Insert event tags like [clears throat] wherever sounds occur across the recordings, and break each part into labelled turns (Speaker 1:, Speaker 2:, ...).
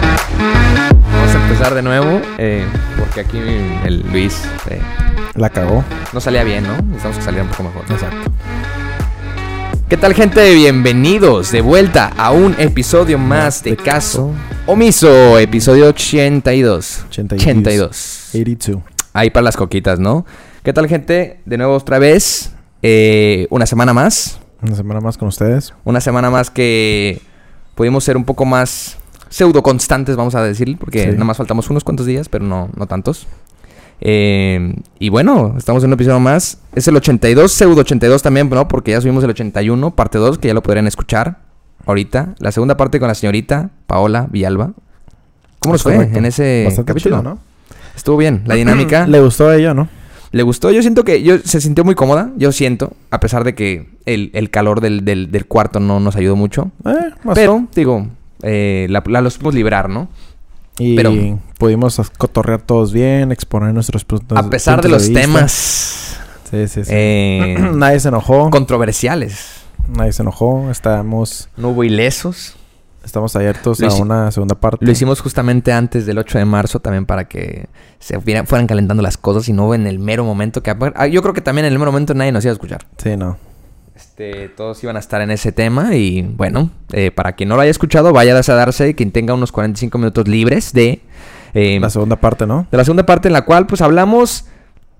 Speaker 1: Vamos a empezar de nuevo, eh, porque aquí el Luis eh,
Speaker 2: La cagó.
Speaker 1: no salía bien, ¿no? Necesitamos que saliera un poco mejor.
Speaker 2: Exacto.
Speaker 1: ¿Qué tal gente? Bienvenidos de vuelta a un episodio más de Caso Omiso, episodio 82.
Speaker 2: 82. 82.
Speaker 1: Ahí para las coquitas, ¿no? ¿Qué tal gente? De nuevo otra vez, eh, una semana más.
Speaker 2: Una semana más con ustedes.
Speaker 1: Una semana más que pudimos ser un poco más pseudo constantes, vamos a decir, porque
Speaker 2: Sí.
Speaker 1: nada más faltamos unos cuantos días, pero no, no tantos. Eh, y bueno, estamos en un episodio más. Es el 82, pseudo 82 también, ¿no? Porque ya subimos el 81, parte 2, que ya lo podrían escuchar ahorita. La segunda parte con la señorita Paola Villalba. ¿Cómo nos
Speaker 2: Es
Speaker 1: fue
Speaker 2: correcto.
Speaker 1: en ese
Speaker 2: Bastante
Speaker 1: capítulo?
Speaker 2: chido, ¿no?
Speaker 1: Estuvo bien,
Speaker 2: [clears throat]
Speaker 1: la dinámica.
Speaker 2: Le gustó a ella, ¿no?
Speaker 1: Le gustó, yo siento que yo, se sintió muy cómoda, yo siento, a pesar de que el, el calor del, del- del cuarto no nos ayudó mucho.
Speaker 2: Eh, más
Speaker 1: Pero, digo, eh, la, la los pudimos librar, ¿no?
Speaker 2: Y
Speaker 1: pero-
Speaker 2: pudimos as- cotorrear todos bien, exponer nuestros puntos
Speaker 1: a pesar de
Speaker 2: puntos
Speaker 1: los
Speaker 2: vista.
Speaker 1: temas
Speaker 2: Sí, sí, sí.
Speaker 1: eh,
Speaker 2: [clears throat] nadie se enojó.
Speaker 1: controversiales.
Speaker 2: Nadie se enojó. Estamos,
Speaker 1: No hubo ilesos.
Speaker 2: estamos abiertos
Speaker 1: Lo
Speaker 2: a
Speaker 1: hici-
Speaker 2: una segunda parte.
Speaker 1: Lo hicimos justamente antes del 8 de marzo también para que se viera- fueran calentando las cosas y no en el mero momento que... apar- ah, Yo creo que también en el mero momento nadie nos iba a escuchar.
Speaker 2: Sí, no.
Speaker 1: Este, todos iban a estar en ese tema y bueno, eh, para quien no lo haya escuchado, vaya a darse quien tenga unos 45 minutos libres de, eh,
Speaker 2: La segunda parte, ¿no?
Speaker 1: de la segunda parte en la cual pues hablamos,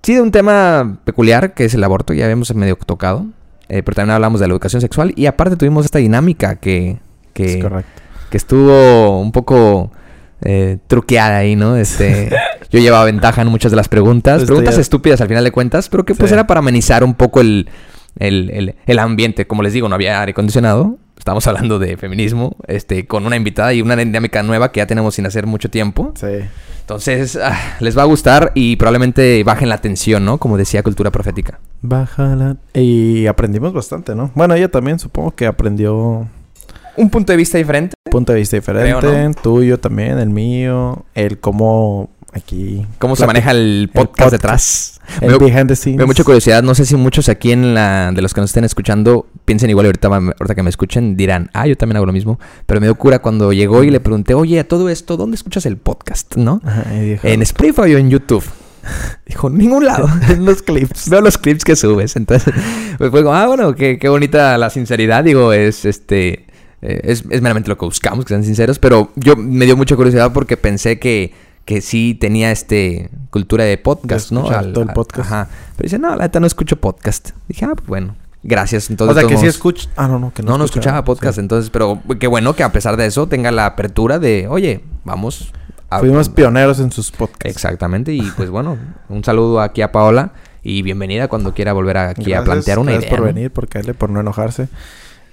Speaker 1: sí, de un tema peculiar que es el aborto, ya habíamos medio tocado, eh, pero también hablamos de la educación sexual y aparte tuvimos esta dinámica que,
Speaker 2: Es
Speaker 1: que,
Speaker 2: correcto.
Speaker 1: que estuvo un poco eh, truqueada ahí, ¿no?
Speaker 2: [laughs]
Speaker 1: Este, yo llevaba ventaja en muchas de las preguntas,
Speaker 2: Este
Speaker 1: preguntas
Speaker 2: ya-
Speaker 1: estúpidas al final de cuentas, pero que pues
Speaker 2: Sí.
Speaker 1: era para amenizar un poco el, el, el- el ambiente. Como les digo, no había aire acondicionado, estábamos hablando de feminismo, este, con una invitada y una dinámica nueva que ya tenemos sin hacer mucho tiempo.
Speaker 2: Sí.
Speaker 1: Entonces, ah, les va a gustar y probablemente bajen la tensión, ¿no? Como decía Cultura Profética.
Speaker 2: Bájala. Y aprendimos bastante, ¿no? Bueno, ella también supongo que aprendió
Speaker 1: Un punto de vista diferente.
Speaker 2: punto de vista diferente,
Speaker 1: Creo,
Speaker 2: tuyo también, el mío, el cómo aquí.
Speaker 1: ¿Cómo se maneja el podcast,
Speaker 2: podcast.
Speaker 1: detrás?
Speaker 2: el
Speaker 1: Veo-
Speaker 2: behind the scenes.
Speaker 1: Me da mucha curiosidad, no sé si muchos aquí en la, de los que nos estén escuchando piensen igual y ahorita, va- ahorita que me escuchen dirán, ah, yo también hago lo mismo, pero me dio cura cuando llegó y le pregunté, oye, a todo esto, ¿dónde escuchas el podcast? ¿No?
Speaker 2: Ajá, y dijo,
Speaker 1: ¿En Spotify o en
Speaker 2: [laughs]
Speaker 1: YouTube? Dijo, en ningún lado.
Speaker 2: en los clips.
Speaker 1: Veo los clips que subes. Entonces, [laughs] pues fue como, ah, bueno, qué, qué bonita la sinceridad. Digo, es este. eh, es, es meramente lo que buscamos, que sean sinceros. Pero yo me dio mucha curiosidad porque pensé que, que sí tenía este cultura de podcast,
Speaker 2: De
Speaker 1: ¿no?
Speaker 2: escuchar todo el podcast.
Speaker 1: Ajá. Pero dice, no, la neta no escucho podcast. Dije, ah, pues bueno. Gracias. Entonces,
Speaker 2: o sea,
Speaker 1: de
Speaker 2: que
Speaker 1: todos
Speaker 2: sí
Speaker 1: modos,
Speaker 2: escucha. Ah, no, no, que no.
Speaker 1: No, no escuchaba podcast.
Speaker 2: Sí.
Speaker 1: Entonces, pero qué bueno que a pesar de eso tenga la apertura de, oye, vamos. a-
Speaker 2: Fuimos pioneros en sus podcasts.
Speaker 1: Exactamente, y pues bueno, un saludo aquí a Paola y bienvenida cuando quiera volver aquí a
Speaker 2: Gracias,
Speaker 1: plantear una
Speaker 2: gracias
Speaker 1: idea.
Speaker 2: por
Speaker 1: ¿no?
Speaker 2: venir, por caerle, por no enojarse.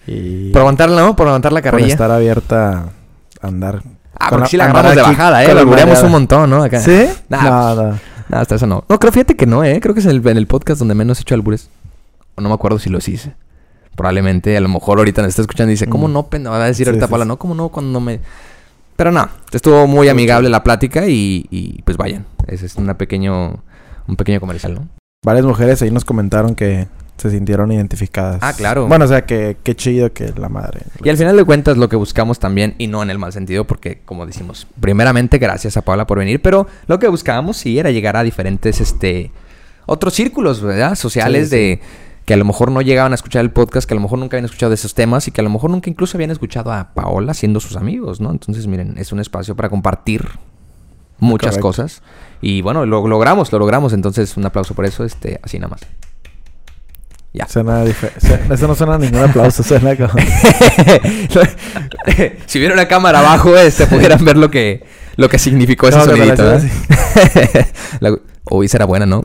Speaker 2: Y
Speaker 1: Por aguantarla, ¿no? Por aguantar la
Speaker 2: por
Speaker 1: carrilla.
Speaker 2: estar abierta a andar.
Speaker 1: Ah,
Speaker 2: con
Speaker 1: porque sí la
Speaker 2: andar
Speaker 1: agarramos de
Speaker 2: aquí
Speaker 1: bajada, ¿eh? La
Speaker 2: con la
Speaker 1: albureamos
Speaker 2: mareada.
Speaker 1: un montón, ¿no? Acá.
Speaker 2: ¿Sí?
Speaker 1: Nah, pues.
Speaker 2: Nada.
Speaker 1: Nada, hasta eso no. No, creo, fíjate que no, ¿eh? Creo que es el, en el podcast donde menos he hecho albures. O no me acuerdo si los hice. Probablemente, a lo mejor ahorita nos está escuchando y dice, ¿cómo
Speaker 2: Mm.
Speaker 1: no, pendejo? Va a decir
Speaker 2: Sí,
Speaker 1: ahorita
Speaker 2: sí,
Speaker 1: Paola,
Speaker 2: sí.
Speaker 1: ¿no? ¿Cómo no cuando me...? Pero no, estuvo muy amigable la plática y, y, pues vayan. Ese es una pequeño, un pequeño comercial, ¿no?
Speaker 2: Varias mujeres ahí nos comentaron que se sintieron identificadas.
Speaker 1: Ah, claro.
Speaker 2: Bueno, o sea, que qué chido que la madre.
Speaker 1: Y al final de cuentas lo que buscamos también, y no en el mal sentido, porque como decimos, primeramente gracias a Paula por venir, pero lo que buscábamos sí era llegar a diferentes, este, otros círculos, ¿verdad? Sociales
Speaker 2: Sí, sí.
Speaker 1: de que a lo mejor no llegaban a escuchar el podcast, que a lo mejor nunca habían escuchado de esos temas y que a lo mejor nunca incluso habían escuchado a Paola siendo sus amigos, ¿no? Entonces, miren, es un espacio para compartir muchas
Speaker 2: Correcto.
Speaker 1: cosas y bueno, lo logramos, lo logramos, entonces un aplauso por eso, este, así nada más. Ya.
Speaker 2: Suena dife- su- Eso no suena a ningún aplauso, [laughs] suena como...
Speaker 1: [laughs] si hubiera una cámara abajo, este, pudieran ver lo que, lo que significó ese
Speaker 2: No, que me la
Speaker 1: sonidito.
Speaker 2: hicieron
Speaker 1: ¿eh? La- [laughs] Uy, esa era buena, ¿no?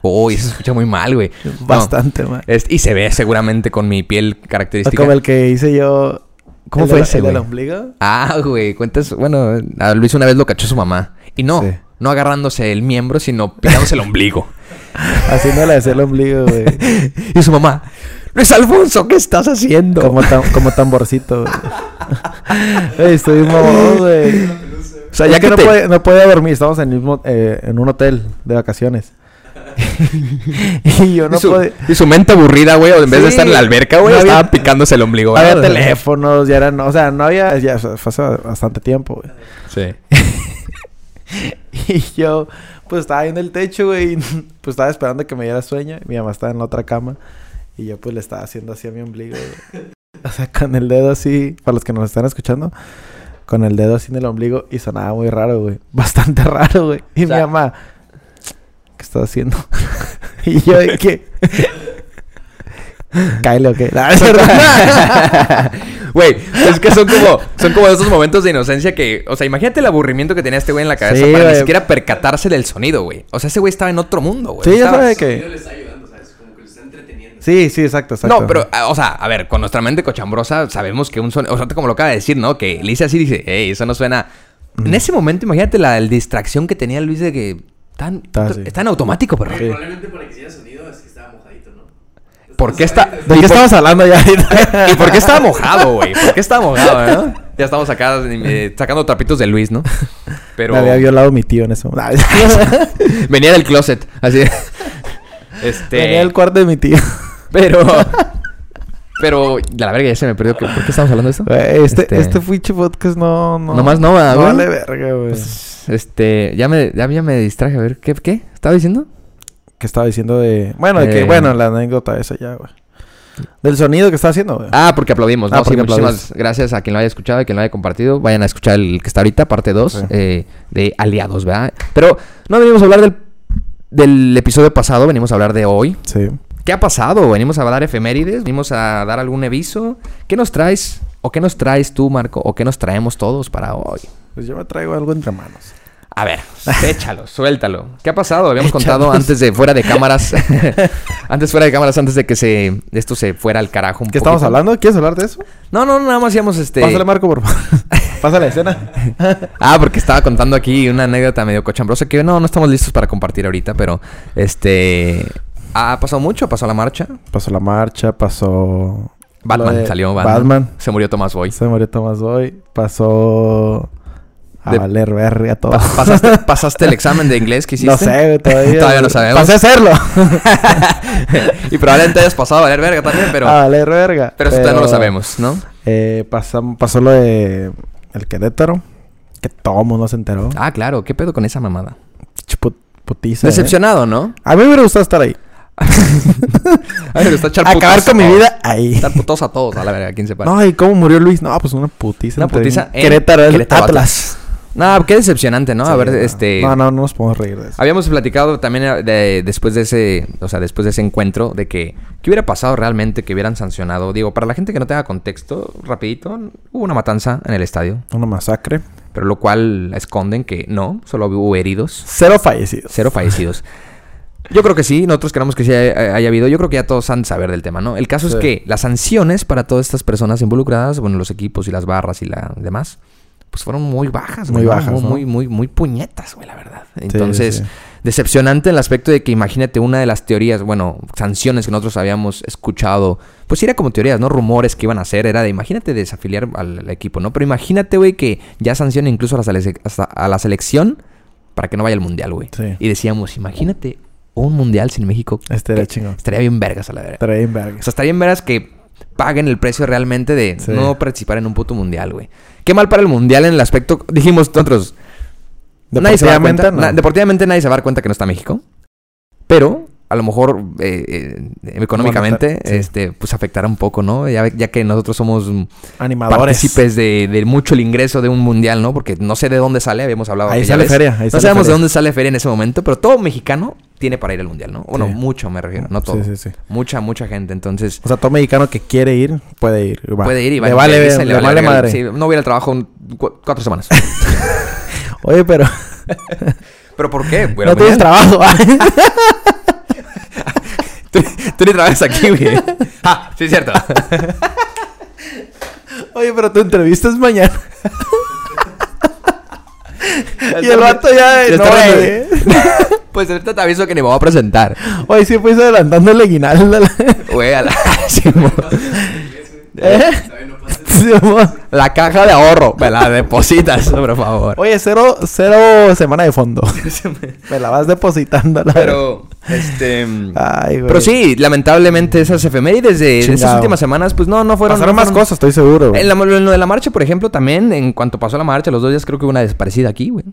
Speaker 1: Uy, eso se escucha muy mal, güey. No, Eh,
Speaker 2: Bastante mal.
Speaker 1: es- y se ve seguramente con mi piel
Speaker 2: O
Speaker 1: característica.
Speaker 2: como el que hice yo...
Speaker 1: ¿Cómo
Speaker 2: el
Speaker 1: fue
Speaker 2: de-
Speaker 1: ese,
Speaker 2: el del
Speaker 1: güey?
Speaker 2: ombligo?
Speaker 1: Ah, güey, cuentas. Bueno, a Luis una vez lo cachó su mamá. Y no,
Speaker 2: Sí.
Speaker 1: no agarrándose el miembro, sino pisándose el ombligo.
Speaker 2: Haciendo la de el ombligo,
Speaker 1: [laughs]
Speaker 2: güey.
Speaker 1: Y su mamá, Luis Alfonso, ¿qué estás haciendo?
Speaker 2: como, tam- como
Speaker 1: [laughs]
Speaker 2: tamborcito, güey. Ey, Estoy un mamón, güey.
Speaker 1: O sea, ya que
Speaker 2: no,
Speaker 1: te- [laughs]
Speaker 2: puede- no podía dormir. Estábamos en, el mismo, eh, en un hotel de vacaciones. [laughs] y yo no
Speaker 1: y, su,
Speaker 2: podía...
Speaker 1: y su mente aburrida, güey, en vez de
Speaker 2: Sí.
Speaker 1: estar en la alberca, güey,
Speaker 2: No había-
Speaker 1: estaba picándose el ombligo, güey.
Speaker 2: Había teléfonos, ya eran... O sea, no había... Ya fue hace bastante tiempo, güey. [laughs]
Speaker 1: Sí.
Speaker 2: Y yo, pues estaba viendo el techo, güey. y [laughs] Pues estaba esperando que me diera sueño. Mi mamá estaba en la otra cama. Y yo, pues le estaba haciendo así a mi ombligo, güey. [laughs] O sea, con el dedo así, para los que nos están escuchando, con el dedo así en el ombligo. Y sonaba muy raro, güey. [laughs] Bastante raro, güey. Y
Speaker 1: O sea-
Speaker 2: mi mamá, ¿qué estás haciendo? [laughs] y yo, ¿de qué? [laughs] Cáele o qué. [laughs] Nah, Ah, es
Speaker 1: [laughs]
Speaker 2: verdad.
Speaker 1: Güey, es que son como, son como esos momentos de inocencia que, o sea, imagínate el aburrimiento que tenía este güey en la cabeza
Speaker 2: Sí,
Speaker 1: para ni
Speaker 2: güey.
Speaker 1: siquiera percatarse del sonido, güey. O sea, ese güey estaba en otro mundo, güey.
Speaker 2: Sí, ya
Speaker 1: Estaba-
Speaker 2: sabe que. Sí, sí, exacto, exacto.
Speaker 1: No, pero, ah, o sea, a ver, con nuestra mente cochambrosa sabemos que un sonido, o sea, como lo acaba de decir, ¿no? Que Liz así dice, hey, eso no suena. En ese momento, imagínate la, la distracción que tenía Luis de que tan,
Speaker 2: Está así.
Speaker 1: tan automático, pero.
Speaker 2: Sí.
Speaker 3: Probablemente para que hiciera sonido es que estaba mojadito, ¿no?
Speaker 1: ¿Por qué está?
Speaker 2: ¿De qué estamos hablando ya ahorita?
Speaker 1: [laughs] ¿Y por qué estaba mojado, güey? ¿Por qué estaba mojado, no? Ya estamos acá eh, sacando trapitos de Luis, ¿no? Pero
Speaker 2: Me había violado mi tío en
Speaker 1: [laughs]
Speaker 2: ese momento.
Speaker 1: venía del closet, así. Este.
Speaker 2: Venía del cuarto de mi tío.
Speaker 1: Pero. Pero, la verga, ya se me perdió. que- ¿Por qué estamos hablando de esto?
Speaker 2: [laughs] Güey, Este,
Speaker 1: Este-
Speaker 2: este, pinche podcast no, no.
Speaker 1: Nomás no, ¿verdad,
Speaker 2: No
Speaker 1: güey?
Speaker 2: vale verga, güey.
Speaker 1: Este, ya me, ya, ya me distraje. A ver, ¿qué, qué? ¿Estaba diciendo?
Speaker 2: ¿Qué estaba diciendo de. Bueno, de
Speaker 1: Eh.
Speaker 2: que, bueno, la anécdota esa ya, güey. Del sonido que está haciendo, güey.
Speaker 1: Ah, porque aplaudimos, ¿no?
Speaker 2: Ah, porque
Speaker 1: Sí, muchísimas
Speaker 2: aplaudimos.
Speaker 1: gracias a quien lo haya escuchado y quien lo haya compartido. Vayan a escuchar el que está ahorita, parte 2
Speaker 2: Sí.
Speaker 1: eh, de Aliados, ¿verdad? Pero no venimos a hablar del, del episodio pasado, venimos a hablar de hoy.
Speaker 2: Sí.
Speaker 1: ¿Qué ha pasado? Venimos a dar efemérides, venimos a dar algún aviso. ¿Qué nos traes? ¿O qué nos traes tú, Marco? ¿O qué nos traemos todos para hoy?
Speaker 2: Pues yo me traigo algo entre manos.
Speaker 1: A
Speaker 2: [laughs]
Speaker 1: ver, échalo, suéltalo. ¿Qué ha pasado? Habíamos
Speaker 2: Échalo.
Speaker 1: contado antes de
Speaker 2: [laughs]
Speaker 1: fuera de cámaras. [laughs] antes fuera de cámaras, antes de que se esto se fuera al carajo un
Speaker 2: ¿Qué estamos
Speaker 1: poquito.
Speaker 2: hablando? ¿Quieres hablar de eso?
Speaker 1: No, no, nada más íbamos este.
Speaker 2: Pásale, Marco, por
Speaker 1: [laughs]
Speaker 2: favor. Pásale la escena.
Speaker 1: Ah, porque estaba contando aquí una anécdota medio cochambrosa que no, no estamos listos para compartir ahorita, pero este. Ha pasado mucho, pasó la marcha.
Speaker 2: Pasó la marcha, pasó.
Speaker 1: Batman,
Speaker 2: lo de
Speaker 1: salió Batman.
Speaker 2: Batman.
Speaker 1: Se murió Tomás Boy.
Speaker 2: Se murió Tomás Boy. Pasó. A
Speaker 1: De-
Speaker 2: valer verga todo.
Speaker 1: Pa- [laughs] pasaste, pasaste el examen de inglés que hiciste?
Speaker 2: Oh. No sé, güey, todavía.
Speaker 1: [laughs] Todavía no sabemos.
Speaker 2: Pasé a hacerlo.
Speaker 1: y probablemente hayas pasado a valer verga también, [laughs] pero,
Speaker 2: [laughs] a valer verga.
Speaker 1: pero eso todavía no lo sabemos, ¿no?
Speaker 2: Eh, pasam- pasó lo de el Querétaro, que todo mundo se enteró.
Speaker 1: Ah, claro, ¿qué pedo con esa mamada?
Speaker 2: Ch- put- putiza, eh.
Speaker 1: Decepcionado,
Speaker 2: [laughs]
Speaker 1: ¿no?
Speaker 2: A mí me hubiera gustado estar ahí.
Speaker 1: Ay, me gusta echar
Speaker 2: Acabar
Speaker 1: putazos a
Speaker 2: con mi
Speaker 1: todos.
Speaker 2: vida ahí.
Speaker 1: Estar
Speaker 2: [laughs]
Speaker 1: putos a todos, a la verga, ¿quién se para?
Speaker 2: No, ¿y cómo murió Luis? No, pues una putiza.
Speaker 1: Una
Speaker 2: entre
Speaker 1: putiza en
Speaker 2: Querétaro, el
Speaker 1: Querétaro,
Speaker 2: Atlas.
Speaker 1: No, qué decepcionante, ¿no? a
Speaker 2: Sí,
Speaker 1: ver, este...
Speaker 2: No, no, no nos podemos reír de eso.
Speaker 1: Habíamos platicado también eh, de- después de ese, o sea, después de ese encuentro de que qué hubiera pasado realmente que hubieran sancionado. Digo, para la gente que no tenga contexto, rapidito, hubo una matanza en el estadio,
Speaker 2: Una masacre.
Speaker 1: pero lo cual esconden que no, solo hubo heridos.
Speaker 2: Cero fallecidos.
Speaker 1: Cero fallecidos. Yo creo que sí, nosotros creemos que sí haya, haya habido. Yo creo que ya todos han de saber del tema, ¿no? El caso
Speaker 2: Sí.
Speaker 1: es que las sanciones para todas estas personas involucradas, bueno, los equipos y las barras y la demás, pues fueron muy bajas,
Speaker 2: Muy
Speaker 1: güey, ¿no?
Speaker 2: bajas,
Speaker 1: Muy,
Speaker 2: ¿no?
Speaker 1: muy, muy, muy puñetas, güey, la verdad.
Speaker 2: sí,
Speaker 1: Entonces,
Speaker 2: sí.
Speaker 1: decepcionante en el aspecto de que imagínate una de las teorías, bueno, sanciones que nosotros habíamos escuchado, pues sí era como teorías, ¿no? Rumores que iban a hacer, era de imagínate desafiliar al, al equipo, ¿no? Pero imagínate, güey, que ya sancionen incluso a la, selec- hasta a la selección para que no vaya al mundial, güey.
Speaker 2: Sí.
Speaker 1: Y decíamos, imagínate un mundial sin México.
Speaker 2: Este era
Speaker 1: que
Speaker 2: chingón.
Speaker 1: Estaría bien vergas a la verga.
Speaker 2: Traen verga.
Speaker 1: O sea, estaría bien vergas que paguen el precio realmente de
Speaker 2: Sí.
Speaker 1: no participar en un puto mundial, güey. Qué mal para el mundial en el aspecto, dijimos nosotros, nadie se va a dar
Speaker 2: Deportivamente,
Speaker 1: cuenta-
Speaker 2: no.
Speaker 1: na- deportivamente nadie se va a dar cuenta que no está México. Pero a lo mejor eh, eh, económicamente
Speaker 2: Moneta- sí.
Speaker 1: este, pues afectará un poco, ¿no? Ya, ve- ya que nosotros somos mm,
Speaker 2: Animadores.
Speaker 1: partícipes de, de mucho el ingreso de un mundial, ¿no? Porque no sé de dónde sale, habíamos hablado.
Speaker 2: Ahí
Speaker 1: aquella
Speaker 2: sale
Speaker 1: vez.
Speaker 2: feria, ahí
Speaker 1: no
Speaker 2: sale
Speaker 1: sabemos de
Speaker 2: feria.
Speaker 1: dónde sale feria en ese momento, pero todo mexicano tiene para ir al mundial, ¿no? Bueno,
Speaker 2: Sí.
Speaker 1: mucho me refiero, no todo.
Speaker 2: Sí, sí, sí.
Speaker 1: Mucha, mucha gente. Entonces,
Speaker 2: O sea, todo mexicano que quiere ir, puede ir. y va.
Speaker 1: puede ir y va
Speaker 2: Le
Speaker 1: y
Speaker 2: vale,
Speaker 1: regresa y
Speaker 2: le vale
Speaker 1: verga.
Speaker 2: madre.
Speaker 1: Sí, no voy al trabajo en cu- cuatro
Speaker 2: [laughs]
Speaker 1: semanas.
Speaker 2: Oye, pero
Speaker 1: ¿Pero por qué? Voy a la
Speaker 2: no tienes
Speaker 1: mañana.
Speaker 2: trabajo.
Speaker 1: [laughs] Tú, [laughs] tú ni trabajas aquí,
Speaker 2: [laughs]
Speaker 1: güey. Ah, sí, es cierto.
Speaker 2: Oye, pero tu entrevista es mañana. [laughs] y el vato ya...
Speaker 1: Ya eh,
Speaker 2: de- No,
Speaker 1: está
Speaker 2: güey.
Speaker 1: [laughs] Pues ahorita te aviso que ni me voy a presentar.
Speaker 2: [laughs] Oye, sí fuiste adelantando el aguinaldo. [laughs] a la-
Speaker 1: Güey, a la, [laughs] sí, mo-
Speaker 2: ¿Eh? Sí, mo-
Speaker 1: la caja de ahorro. Me la depositas, por favor.
Speaker 2: [laughs] Oye, cero, cero semana de fondo. Me la vas depositando. la verdad.
Speaker 1: Pero, Este.
Speaker 2: Ay, güey.
Speaker 1: Pero sí, lamentablemente esas efemérides de, de estas
Speaker 2: Chingado.
Speaker 1: últimas semanas, pues no, no fueron.
Speaker 2: Pasaron
Speaker 1: no
Speaker 2: más
Speaker 1: fueron-
Speaker 2: cosas, estoy seguro. güey.
Speaker 1: En, la- en lo de la marcha, por ejemplo, también, en cuanto pasó la marcha, los dos días creo que hubo una desaparecida aquí, güey.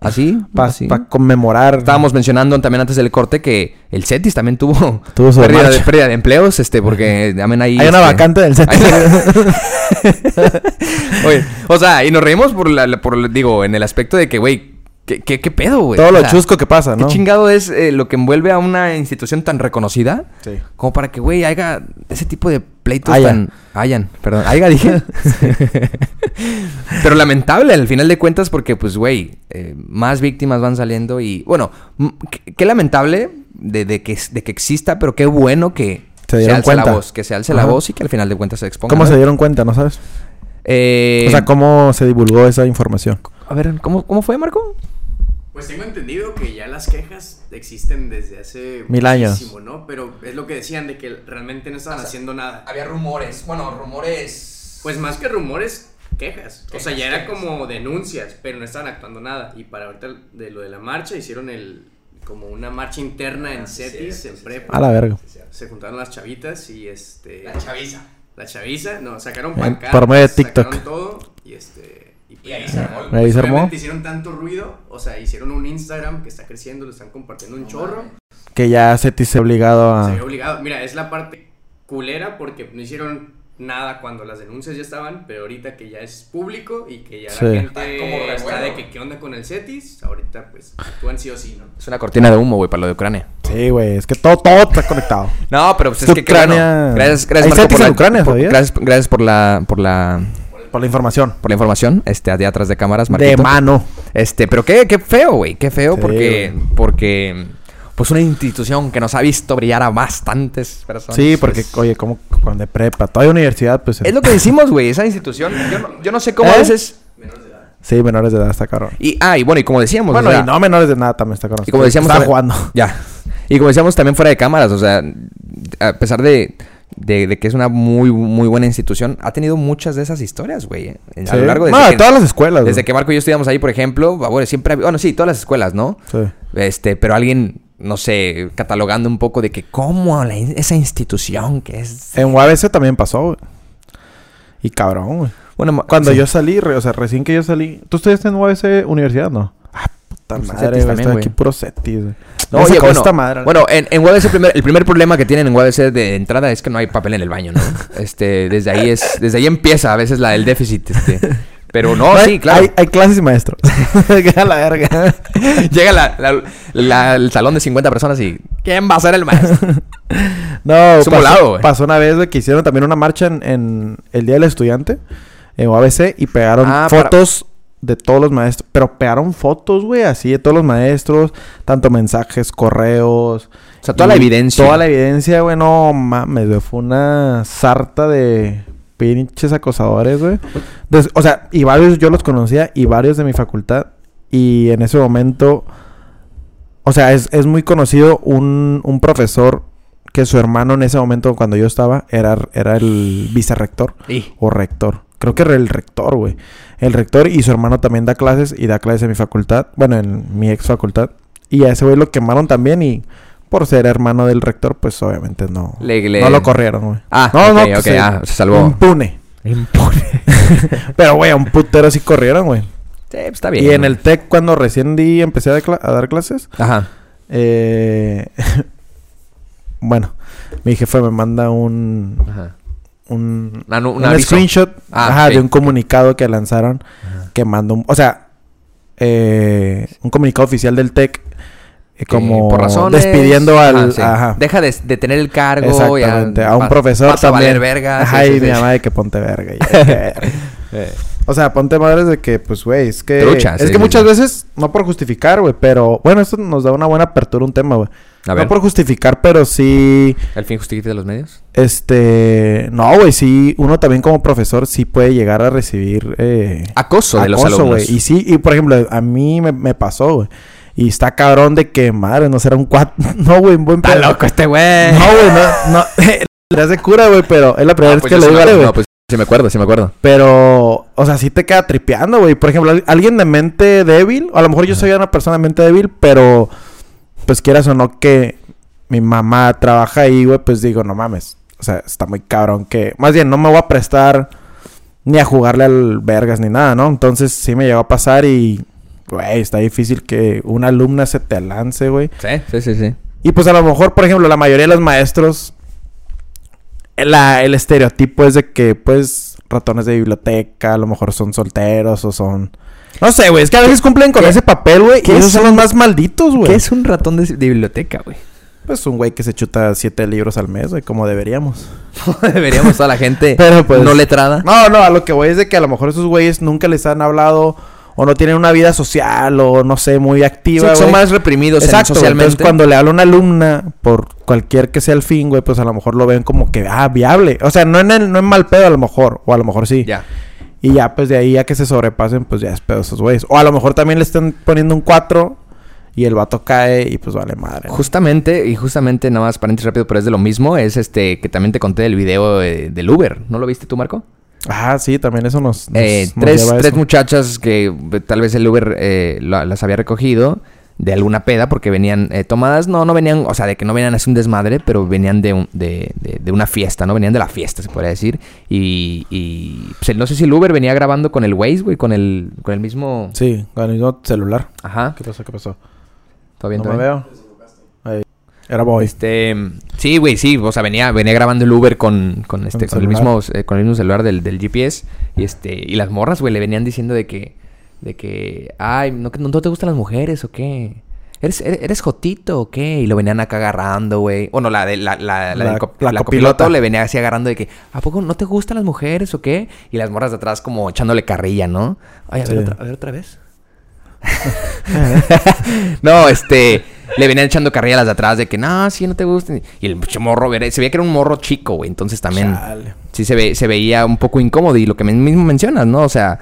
Speaker 1: Así,
Speaker 2: Pa-
Speaker 1: así.
Speaker 2: pa' conmemorar.
Speaker 1: Estábamos mencionando también antes del corte que el CETIS también tuvo,
Speaker 2: [laughs] Tuvo su
Speaker 1: pérdida, de,
Speaker 2: marcha.
Speaker 1: pérdida de empleos, este,
Speaker 2: [laughs]
Speaker 1: porque también ahí...
Speaker 2: Hay una
Speaker 1: este,
Speaker 2: vacante del set.
Speaker 1: [laughs] Oye, o sea, y nos reímos por, la, la- por la- digo, en el aspecto de que, güey, ¿qué, qué, qué pedo, güey?
Speaker 2: Todo
Speaker 1: O
Speaker 2: lo
Speaker 1: sea,
Speaker 2: chusco que pasa,
Speaker 1: ¿Qué
Speaker 2: ¿no?
Speaker 1: chingado es eh, lo que envuelve a una institución tan reconocida?
Speaker 2: Sí.
Speaker 1: Como para que, güey, haya ese tipo de pleitos
Speaker 2: Haya.
Speaker 1: tan... Hayan, perdón. Haya,
Speaker 2: [laughs]
Speaker 1: dije. [laughs] Pero lamentable al final de cuentas porque, pues, güey, eh, más víctimas van saliendo y... Bueno, m- qué, qué lamentable de, de que, de que exista, pero qué bueno que
Speaker 2: Se dieron
Speaker 1: alce la
Speaker 2: cuenta.
Speaker 1: voz. Que se alce la
Speaker 2: Ajá.
Speaker 1: voz y que al final de cuentas se exponga.
Speaker 2: ¿Cómo
Speaker 1: ¿no?
Speaker 2: se dieron cuenta, no sabes?
Speaker 1: Eh,
Speaker 2: o sea, ¿cómo se divulgó esa información?
Speaker 1: A ver, ¿cómo, cómo fue, Marco?
Speaker 3: Pues tengo entendido que ya las quejas existen desde hace
Speaker 2: Mil años.
Speaker 3: muchísimo, ¿no? Pero es lo que decían de que realmente no estaban haciendo nada.
Speaker 1: Había rumores. Bueno, rumores...
Speaker 3: Pues más que rumores, quejas. O sea,
Speaker 1: Quejas,
Speaker 3: ya era
Speaker 1: quejas.
Speaker 3: como denuncias, pero no estaban actuando nada. Y para ahorita de lo de la marcha hicieron el como una marcha interna
Speaker 1: Ah,
Speaker 3: en CETIS, en prepa.
Speaker 2: A la verga.
Speaker 3: Se juntaron las chavitas y este
Speaker 1: chaviza.
Speaker 3: la chaviza, no, sacaron
Speaker 2: Eh,
Speaker 3: pancartas,
Speaker 2: por medio de TikTok.
Speaker 3: sacaron todo y este
Speaker 1: Y ahí se armó.
Speaker 2: Ahí se armó.
Speaker 3: Realmente hicieron tanto ruido, o sea, hicieron un Instagram que está creciendo, lo están compartiendo un chorro.
Speaker 2: Que ya Seti se ha obligado
Speaker 3: Se ve
Speaker 2: a.
Speaker 3: obligado. Mira, es la parte culera porque no hicieron nada cuando las denuncias ya estaban, pero ahorita que ya es público y que ya
Speaker 2: Sí.
Speaker 3: la
Speaker 1: Está como
Speaker 3: gente está de
Speaker 1: revuelo.
Speaker 3: que qué onda con el CETIS, ahorita pues actúan sí o sí, ¿no?
Speaker 1: Es una cortina de humo, güey, para lo de Ucrania.
Speaker 2: Sí, güey. Es que todo, todo está conectado.
Speaker 1: No, pero pues es que qué
Speaker 2: Ucrania-
Speaker 1: bueno. Gracias, gracias
Speaker 2: Hay
Speaker 1: Marco,
Speaker 2: CETIS
Speaker 1: por la,
Speaker 2: en Ucrania,
Speaker 1: por-
Speaker 2: ¿sabías?
Speaker 1: gracias, gracias por la por la
Speaker 2: Por la información.
Speaker 1: por la información, este allá atrás de cámaras, Marquito.
Speaker 2: De mano.
Speaker 1: Este, pero qué qué feo, güey, qué feo
Speaker 2: Sí,
Speaker 1: porque
Speaker 2: güey.
Speaker 1: porque pues una institución que nos ha visto brillar a bastantes personas.
Speaker 2: Sí, porque,
Speaker 1: pues,
Speaker 2: oye, como cuando de prepa, todavía universidad, pues.
Speaker 1: es lo que decimos, güey, esa institución. Yo no, yo no sé cómo
Speaker 2: ¿Eh?
Speaker 1: a veces
Speaker 2: Sí, menores de edad está cabrón.
Speaker 1: y ah, y bueno, y como decíamos,
Speaker 2: Bueno,
Speaker 1: o sea,
Speaker 2: y no menores de nada también está cabrón.
Speaker 1: Y como decíamos...
Speaker 2: Está
Speaker 1: también-
Speaker 2: jugando.
Speaker 1: [laughs] Ya. Y como decíamos también fuera de cámaras, o sea, a pesar de, de, de que es una muy, muy buena institución, ha tenido muchas de esas historias, güey. eh, A
Speaker 2: Sí.
Speaker 1: lo largo de...
Speaker 2: No, de todas las escuelas.
Speaker 1: Desde
Speaker 2: güey.
Speaker 1: que Marco y yo estudiamos ahí, por ejemplo, ah, bueno, siempre... hab- Bueno, sí, todas las escuelas, ¿no?
Speaker 2: Sí.
Speaker 1: Este, pero alguien, no sé, catalogando un poco de que cómo la in- esa institución que es...
Speaker 2: En UABC también pasó, güey. Y cabrón, güey.
Speaker 1: Bueno, ma-
Speaker 2: Cuando
Speaker 1: sí.
Speaker 2: yo salí, re- o sea, recién que yo salí. ¿Tú estudiaste en UABC universidad, no? Ah, puta
Speaker 1: Pues
Speaker 2: madre,
Speaker 1: Cetis
Speaker 2: güey.
Speaker 1: también,
Speaker 2: estoy
Speaker 1: güey.
Speaker 2: aquí puro setis, güey.
Speaker 1: No,
Speaker 2: Ya
Speaker 1: oye,
Speaker 2: sacó
Speaker 1: bueno,
Speaker 2: esta madre.
Speaker 1: bueno en, en UABC el primer, el primer problema que tienen en UABC de entrada es que no hay papel en el baño,
Speaker 2: [laughs]
Speaker 1: ¿no? Este, desde ahí es, desde ahí empieza a veces la del déficit,
Speaker 2: [laughs]
Speaker 1: este. Pero no,
Speaker 2: hay-
Speaker 1: sí, claro. [laughs]
Speaker 2: Hay, hay clases y maestros. Que [laughs] a la verga.
Speaker 1: Llega la, la- la- el salón de 50 personas y ¿quién va a ser el
Speaker 2: [laughs]
Speaker 1: maestro?
Speaker 2: No,
Speaker 1: Es un volado,
Speaker 2: pasó,
Speaker 1: güey.
Speaker 2: pasó una vez güey, que hicieron también una marcha en, en el Día del Estudiante, en UABC, y pegaron
Speaker 1: Ah, para-
Speaker 2: fotos de todos los maestros. Pero pegaron fotos, güey, así de todos los maestros, tanto mensajes, correos.
Speaker 1: O sea, toda la
Speaker 2: y
Speaker 1: evidencia.
Speaker 2: Toda la evidencia, güey, no mames, güey. Fue una sarta de pinches acosadores, güey. Des- o sea, y varios yo los conocía y varios de mi facultad. Y en ese momento, o sea, es, es muy conocido un, un profesor que su hermano en ese momento, cuando yo estaba, era, era el vicerrector
Speaker 1: Sí.
Speaker 2: o rector. Creo que era el rector, güey. El rector y su hermano también da clases y da clases en mi facultad. Bueno, en mi ex facultad. Y a ese güey lo quemaron también y por ser hermano del rector, pues obviamente no.
Speaker 1: Le- le-
Speaker 2: No lo corrieron, güey.
Speaker 1: Ah,
Speaker 2: no, pues,
Speaker 1: ok, ok,
Speaker 2: sí.
Speaker 1: ah, se salvó.
Speaker 2: Impune. Pero, güey, a un putero sí corrieron, güey.
Speaker 1: Sí, pues, está bien.
Speaker 2: Y en
Speaker 1: güey.
Speaker 2: el TEC, cuando recién di, empecé a, cla- a dar clases,
Speaker 1: Ajá.
Speaker 2: eh, [laughs] bueno, mi jefe me manda un,
Speaker 1: Ajá.
Speaker 2: un,
Speaker 1: Una nu- un
Speaker 2: un
Speaker 1: aviso.
Speaker 2: screenshot
Speaker 1: Ah,
Speaker 2: ajá,
Speaker 1: ok.
Speaker 2: de un comunicado que lanzaron que mandó un- o sea eh, un comunicado oficial del TEC eh, como
Speaker 1: Que por razones-
Speaker 2: despidiendo al
Speaker 1: Ajá,
Speaker 2: ajá,
Speaker 1: sí. Deja de, de tener el cargo. y
Speaker 2: exactamente a, un profesor
Speaker 1: Vas a
Speaker 2: también.
Speaker 1: valer verga. sí,
Speaker 2: ajá
Speaker 1: sí,
Speaker 2: y
Speaker 1: sí.
Speaker 2: mi mamá de que ponte verga
Speaker 1: [laughs]
Speaker 2: y yo, "Qué verga".
Speaker 1: Eh,
Speaker 2: O sea, ponte madres de que, pues, güey, es que...
Speaker 1: Trucha,
Speaker 2: es
Speaker 1: sí,
Speaker 2: que
Speaker 1: sí,
Speaker 2: muchas
Speaker 1: sí.
Speaker 2: veces, no por justificar, güey, pero... Bueno, esto nos da una buena apertura a un tema, güey.
Speaker 1: A ver,
Speaker 2: No por justificar, pero sí...
Speaker 1: ¿el fin justifica de los medios?
Speaker 2: Este... No, güey, sí... Uno también como profesor sí puede llegar a recibir... Eh,
Speaker 1: Acoso de los
Speaker 2: acoso,
Speaker 1: alumnos.
Speaker 2: güey. Y sí, y por ejemplo, a mí me, me pasó, güey. Y está cabrón de que, madre, no será un cuatro... [laughs] No, güey, un buen...
Speaker 1: Está
Speaker 2: pedo.
Speaker 1: loco este güey.
Speaker 2: No, güey, no... [laughs] no Le hace cura, güey, pero es la primera
Speaker 1: Ah,
Speaker 2: vez
Speaker 1: pues
Speaker 2: que
Speaker 1: yo
Speaker 2: lo
Speaker 1: sí
Speaker 2: digo
Speaker 1: me
Speaker 2: a
Speaker 1: acuerdo,
Speaker 2: güey.
Speaker 1: no, pues sí me acuerdo, sí me acuerdo.
Speaker 2: Pero, o sea, sí te queda tripeando, güey. Por ejemplo, al- alguien de mente débil, o a lo mejor yo soy una persona de mente débil, pero pues quieras o no que mi mamá trabaja ahí, güey, pues digo, no mames. O sea, está muy cabrón que... Más bien, no me voy a prestar ni a jugarle al vergas ni nada, ¿no? Entonces sí me llegó a pasar y, güey, está difícil que una alumna se te lance, güey.
Speaker 1: Sí, sí, sí, sí.
Speaker 2: Y pues a lo mejor, por ejemplo, la mayoría de los maestros, la- el estereotipo es de que, pues, ratones de biblioteca, a lo mejor son solteros o son... No sé, güey, es que a veces cumplen con
Speaker 1: ¿Qué-
Speaker 2: ese papel, güey.
Speaker 1: qué
Speaker 2: Y esos
Speaker 1: es
Speaker 2: son los
Speaker 1: un-
Speaker 2: más malditos, güey.
Speaker 1: ¿Qué es un ratón de, de biblioteca, güey? [laughs]
Speaker 2: Pues un güey que se chuta siete libros al mes, güey, como deberíamos.
Speaker 1: Deberíamos toda la gente
Speaker 2: [laughs] Pero, pues,
Speaker 1: Eh, no letrada.
Speaker 2: No, no, a lo que voy es de que a lo mejor esos güeyes nunca les han hablado o no tienen una vida social o no sé, muy
Speaker 1: Sí,
Speaker 2: activa.
Speaker 1: son
Speaker 2: güey.
Speaker 1: más reprimidos en-
Speaker 2: Exacto, güey.
Speaker 1: socialmente.
Speaker 2: Entonces, cuando le habla a una alumna, por cualquier que sea el fin, güey, pues a lo mejor lo ven como que, ah, viable. O sea, no en, el- no en mal pedo a lo mejor, o a lo mejor sí.
Speaker 1: Ya.
Speaker 2: Y ya, pues de ahí a que se sobrepasen, pues ya es pedo esos güeyes. O a lo mejor también le están poniendo un 4 y el vato cae y pues vale madre. ¿no?
Speaker 1: Justamente, y justamente, nada más paréntesis rápido, pero es de lo mismo, es este que también te conté del video eh, del Uber. ¿No lo viste tú, Marco?
Speaker 2: Ah, sí, también eso nos. nos-
Speaker 1: Eh,
Speaker 2: nos
Speaker 1: tres
Speaker 2: lleva a
Speaker 1: tres
Speaker 2: eso.
Speaker 1: muchachas que eh, tal vez el Uber eh, la- las había recogido de alguna peda porque venían eh, tomadas. No, no venían, o sea, de que no venían así un desmadre, pero venían de, un- de, de- de una fiesta, ¿no? Venían de la fiesta, se podría decir. Y, y, pues, no sé si el Uber venía grabando con el Waze, güey, con el, con el mismo...
Speaker 2: Sí, con el mismo celular.
Speaker 1: Ajá.
Speaker 2: ¿Qué pasó? ¿Qué pasó?
Speaker 1: ¿Todo bien?
Speaker 2: no
Speaker 1: todo
Speaker 2: me
Speaker 1: bien?
Speaker 2: veo. Ahí. Era Boy.
Speaker 1: Este, sí, güey, sí, o sea, venía, venía grabando el Uber con, con este,
Speaker 2: Con
Speaker 1: con el
Speaker 2: celular.
Speaker 1: mismo, eh, con el mismo celular del, del GPS, y este, y las morras, güey, le venían diciendo de que, de que, ay, no, que no te gustan las mujeres o qué, eres, eres, eres jotito o qué, y lo venían acá agarrando, güey, bueno, la de, la, la, la,
Speaker 2: La-
Speaker 1: del cop-
Speaker 2: la
Speaker 1: la
Speaker 2: copilota.
Speaker 1: copiloto le venía así agarrando de que, ¿a poco no te gustan las mujeres o qué? Y las morras de atrás como echándole carrilla, ¿no? Ay, a ver,
Speaker 2: Sí.
Speaker 1: otra, a ver otra vez. [laughs] No, este. Le venían echando carrilla a las de atrás de que no, sí, no te gusta. Y el pinche morro, veré, se veía que era un morro chico, güey. Entonces también.
Speaker 2: Chale.
Speaker 1: Sí, se, ve, se veía un poco incómodo. Y lo que me- mismo mencionas, ¿no? O sea,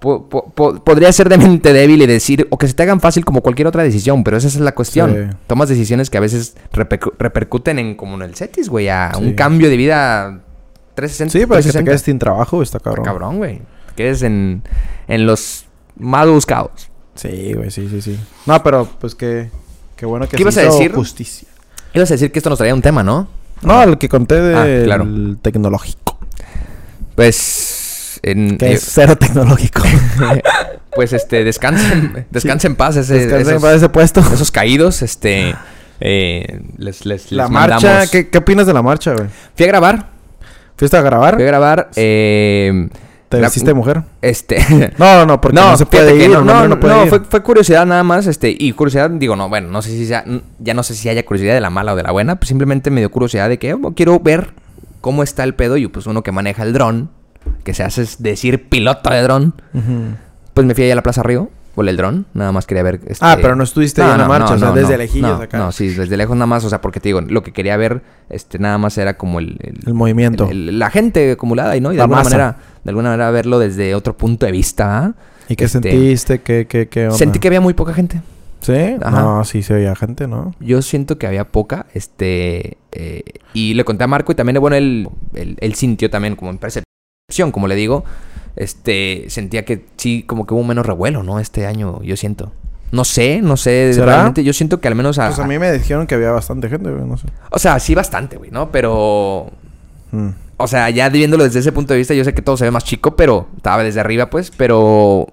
Speaker 1: po- po- po- podría ser de mente débil y decir, o que se te hagan fácil como cualquier otra decisión, pero esa es la cuestión.
Speaker 2: Sí.
Speaker 1: Tomas decisiones que a veces repercu- repercuten en, como en el Cetis, güey, a
Speaker 2: Sí.
Speaker 1: un cambio de vida 360.
Speaker 2: Sí, para que te
Speaker 1: 360.
Speaker 2: quedes sin trabajo,
Speaker 1: pues, Está
Speaker 2: está cabrón.
Speaker 1: Cabrón, güey. Te Quedes en, en los más buscados.
Speaker 2: Sí, güey, sí, sí, sí. No, pero pues que. Qué bueno que
Speaker 1: ¿Qué
Speaker 2: se
Speaker 1: ibas a
Speaker 2: hizo
Speaker 1: decir?
Speaker 2: justicia.
Speaker 1: Ibas a decir que esto nos traía un tema, ¿no?
Speaker 2: No, el que conté del
Speaker 1: Ah, claro.
Speaker 2: tecnológico.
Speaker 1: Pues. En,
Speaker 2: Que
Speaker 1: eh,
Speaker 2: es cero
Speaker 1: [laughs]
Speaker 2: tecnológico. [laughs]
Speaker 1: pues este, descansen. Descansen en paz ese-
Speaker 2: Descansen
Speaker 1: esos,
Speaker 2: para ese puesto. Ah.
Speaker 1: esos caídos. Este. eh, les, les,
Speaker 2: [laughs] La
Speaker 1: les
Speaker 2: marcha,
Speaker 1: mandamos-
Speaker 2: ¿qué, ¿qué opinas de la marcha, güey?
Speaker 1: Fui a grabar.
Speaker 2: ¿Fuiste a grabar?
Speaker 1: Fui a grabar. eh,
Speaker 2: ¿Te
Speaker 1: la-
Speaker 2: hiciste mujer?
Speaker 1: Este.
Speaker 2: [laughs] No, no, no, porque no, se
Speaker 1: fíjate
Speaker 2: puede
Speaker 1: que
Speaker 2: ir.
Speaker 1: no,
Speaker 2: un
Speaker 1: no,
Speaker 2: hombre no puede
Speaker 1: no,
Speaker 2: ir.
Speaker 1: fue, fue curiosidad nada más, este, y curiosidad, digo, no, bueno, no sé si sea, ya no sé si haya curiosidad de la mala o de la buena, pues simplemente me dio curiosidad de que oh, quiero ver cómo está el pedo y pues uno que maneja el dron, que se hace es decir piloto de dron,
Speaker 2: Ujú.
Speaker 1: pues me fui allá a la Plaza Río, volé el dron, nada más quería ver... este-
Speaker 2: Ah, pero no estuviste ahí en la marcha, o sea, desde lejillos
Speaker 1: no,
Speaker 2: acá.
Speaker 1: No, sí, desde lejos nada más, o sea, porque te digo, lo que quería ver, este, nada más era como el...
Speaker 2: El movimiento.
Speaker 1: el- el- la gente acumulada y no, y de
Speaker 2: La
Speaker 1: alguna
Speaker 2: masa.
Speaker 1: manera... De alguna manera verlo desde otro punto de vista, ¿ah?
Speaker 2: ¿Y qué
Speaker 1: este,
Speaker 2: sentiste? ¿Qué, qué, qué onda?
Speaker 1: Sentí que había muy poca gente.
Speaker 2: ¿Sí?
Speaker 1: Ajá.
Speaker 2: No, sí se veía gente, ¿no?
Speaker 1: Yo siento que había poca, este... eh, y le conté a Marco y también, bueno, él, él- él sintió también como en percepción, como le digo, este... Sentía que sí, como que hubo menos revuelo, ¿no? Este año, yo siento. No sé, no sé.
Speaker 2: ¿Será?
Speaker 1: Realmente yo siento que al menos a...
Speaker 2: Pues a mí me dijeron que había bastante gente, güey, no sé.
Speaker 1: O sea, sí bastante, güey, ¿no? Pero...
Speaker 2: Mm.
Speaker 1: O sea, ya viéndolo desde ese punto de vista, yo sé que todo se ve más chico, pero estaba desde arriba, pues, pero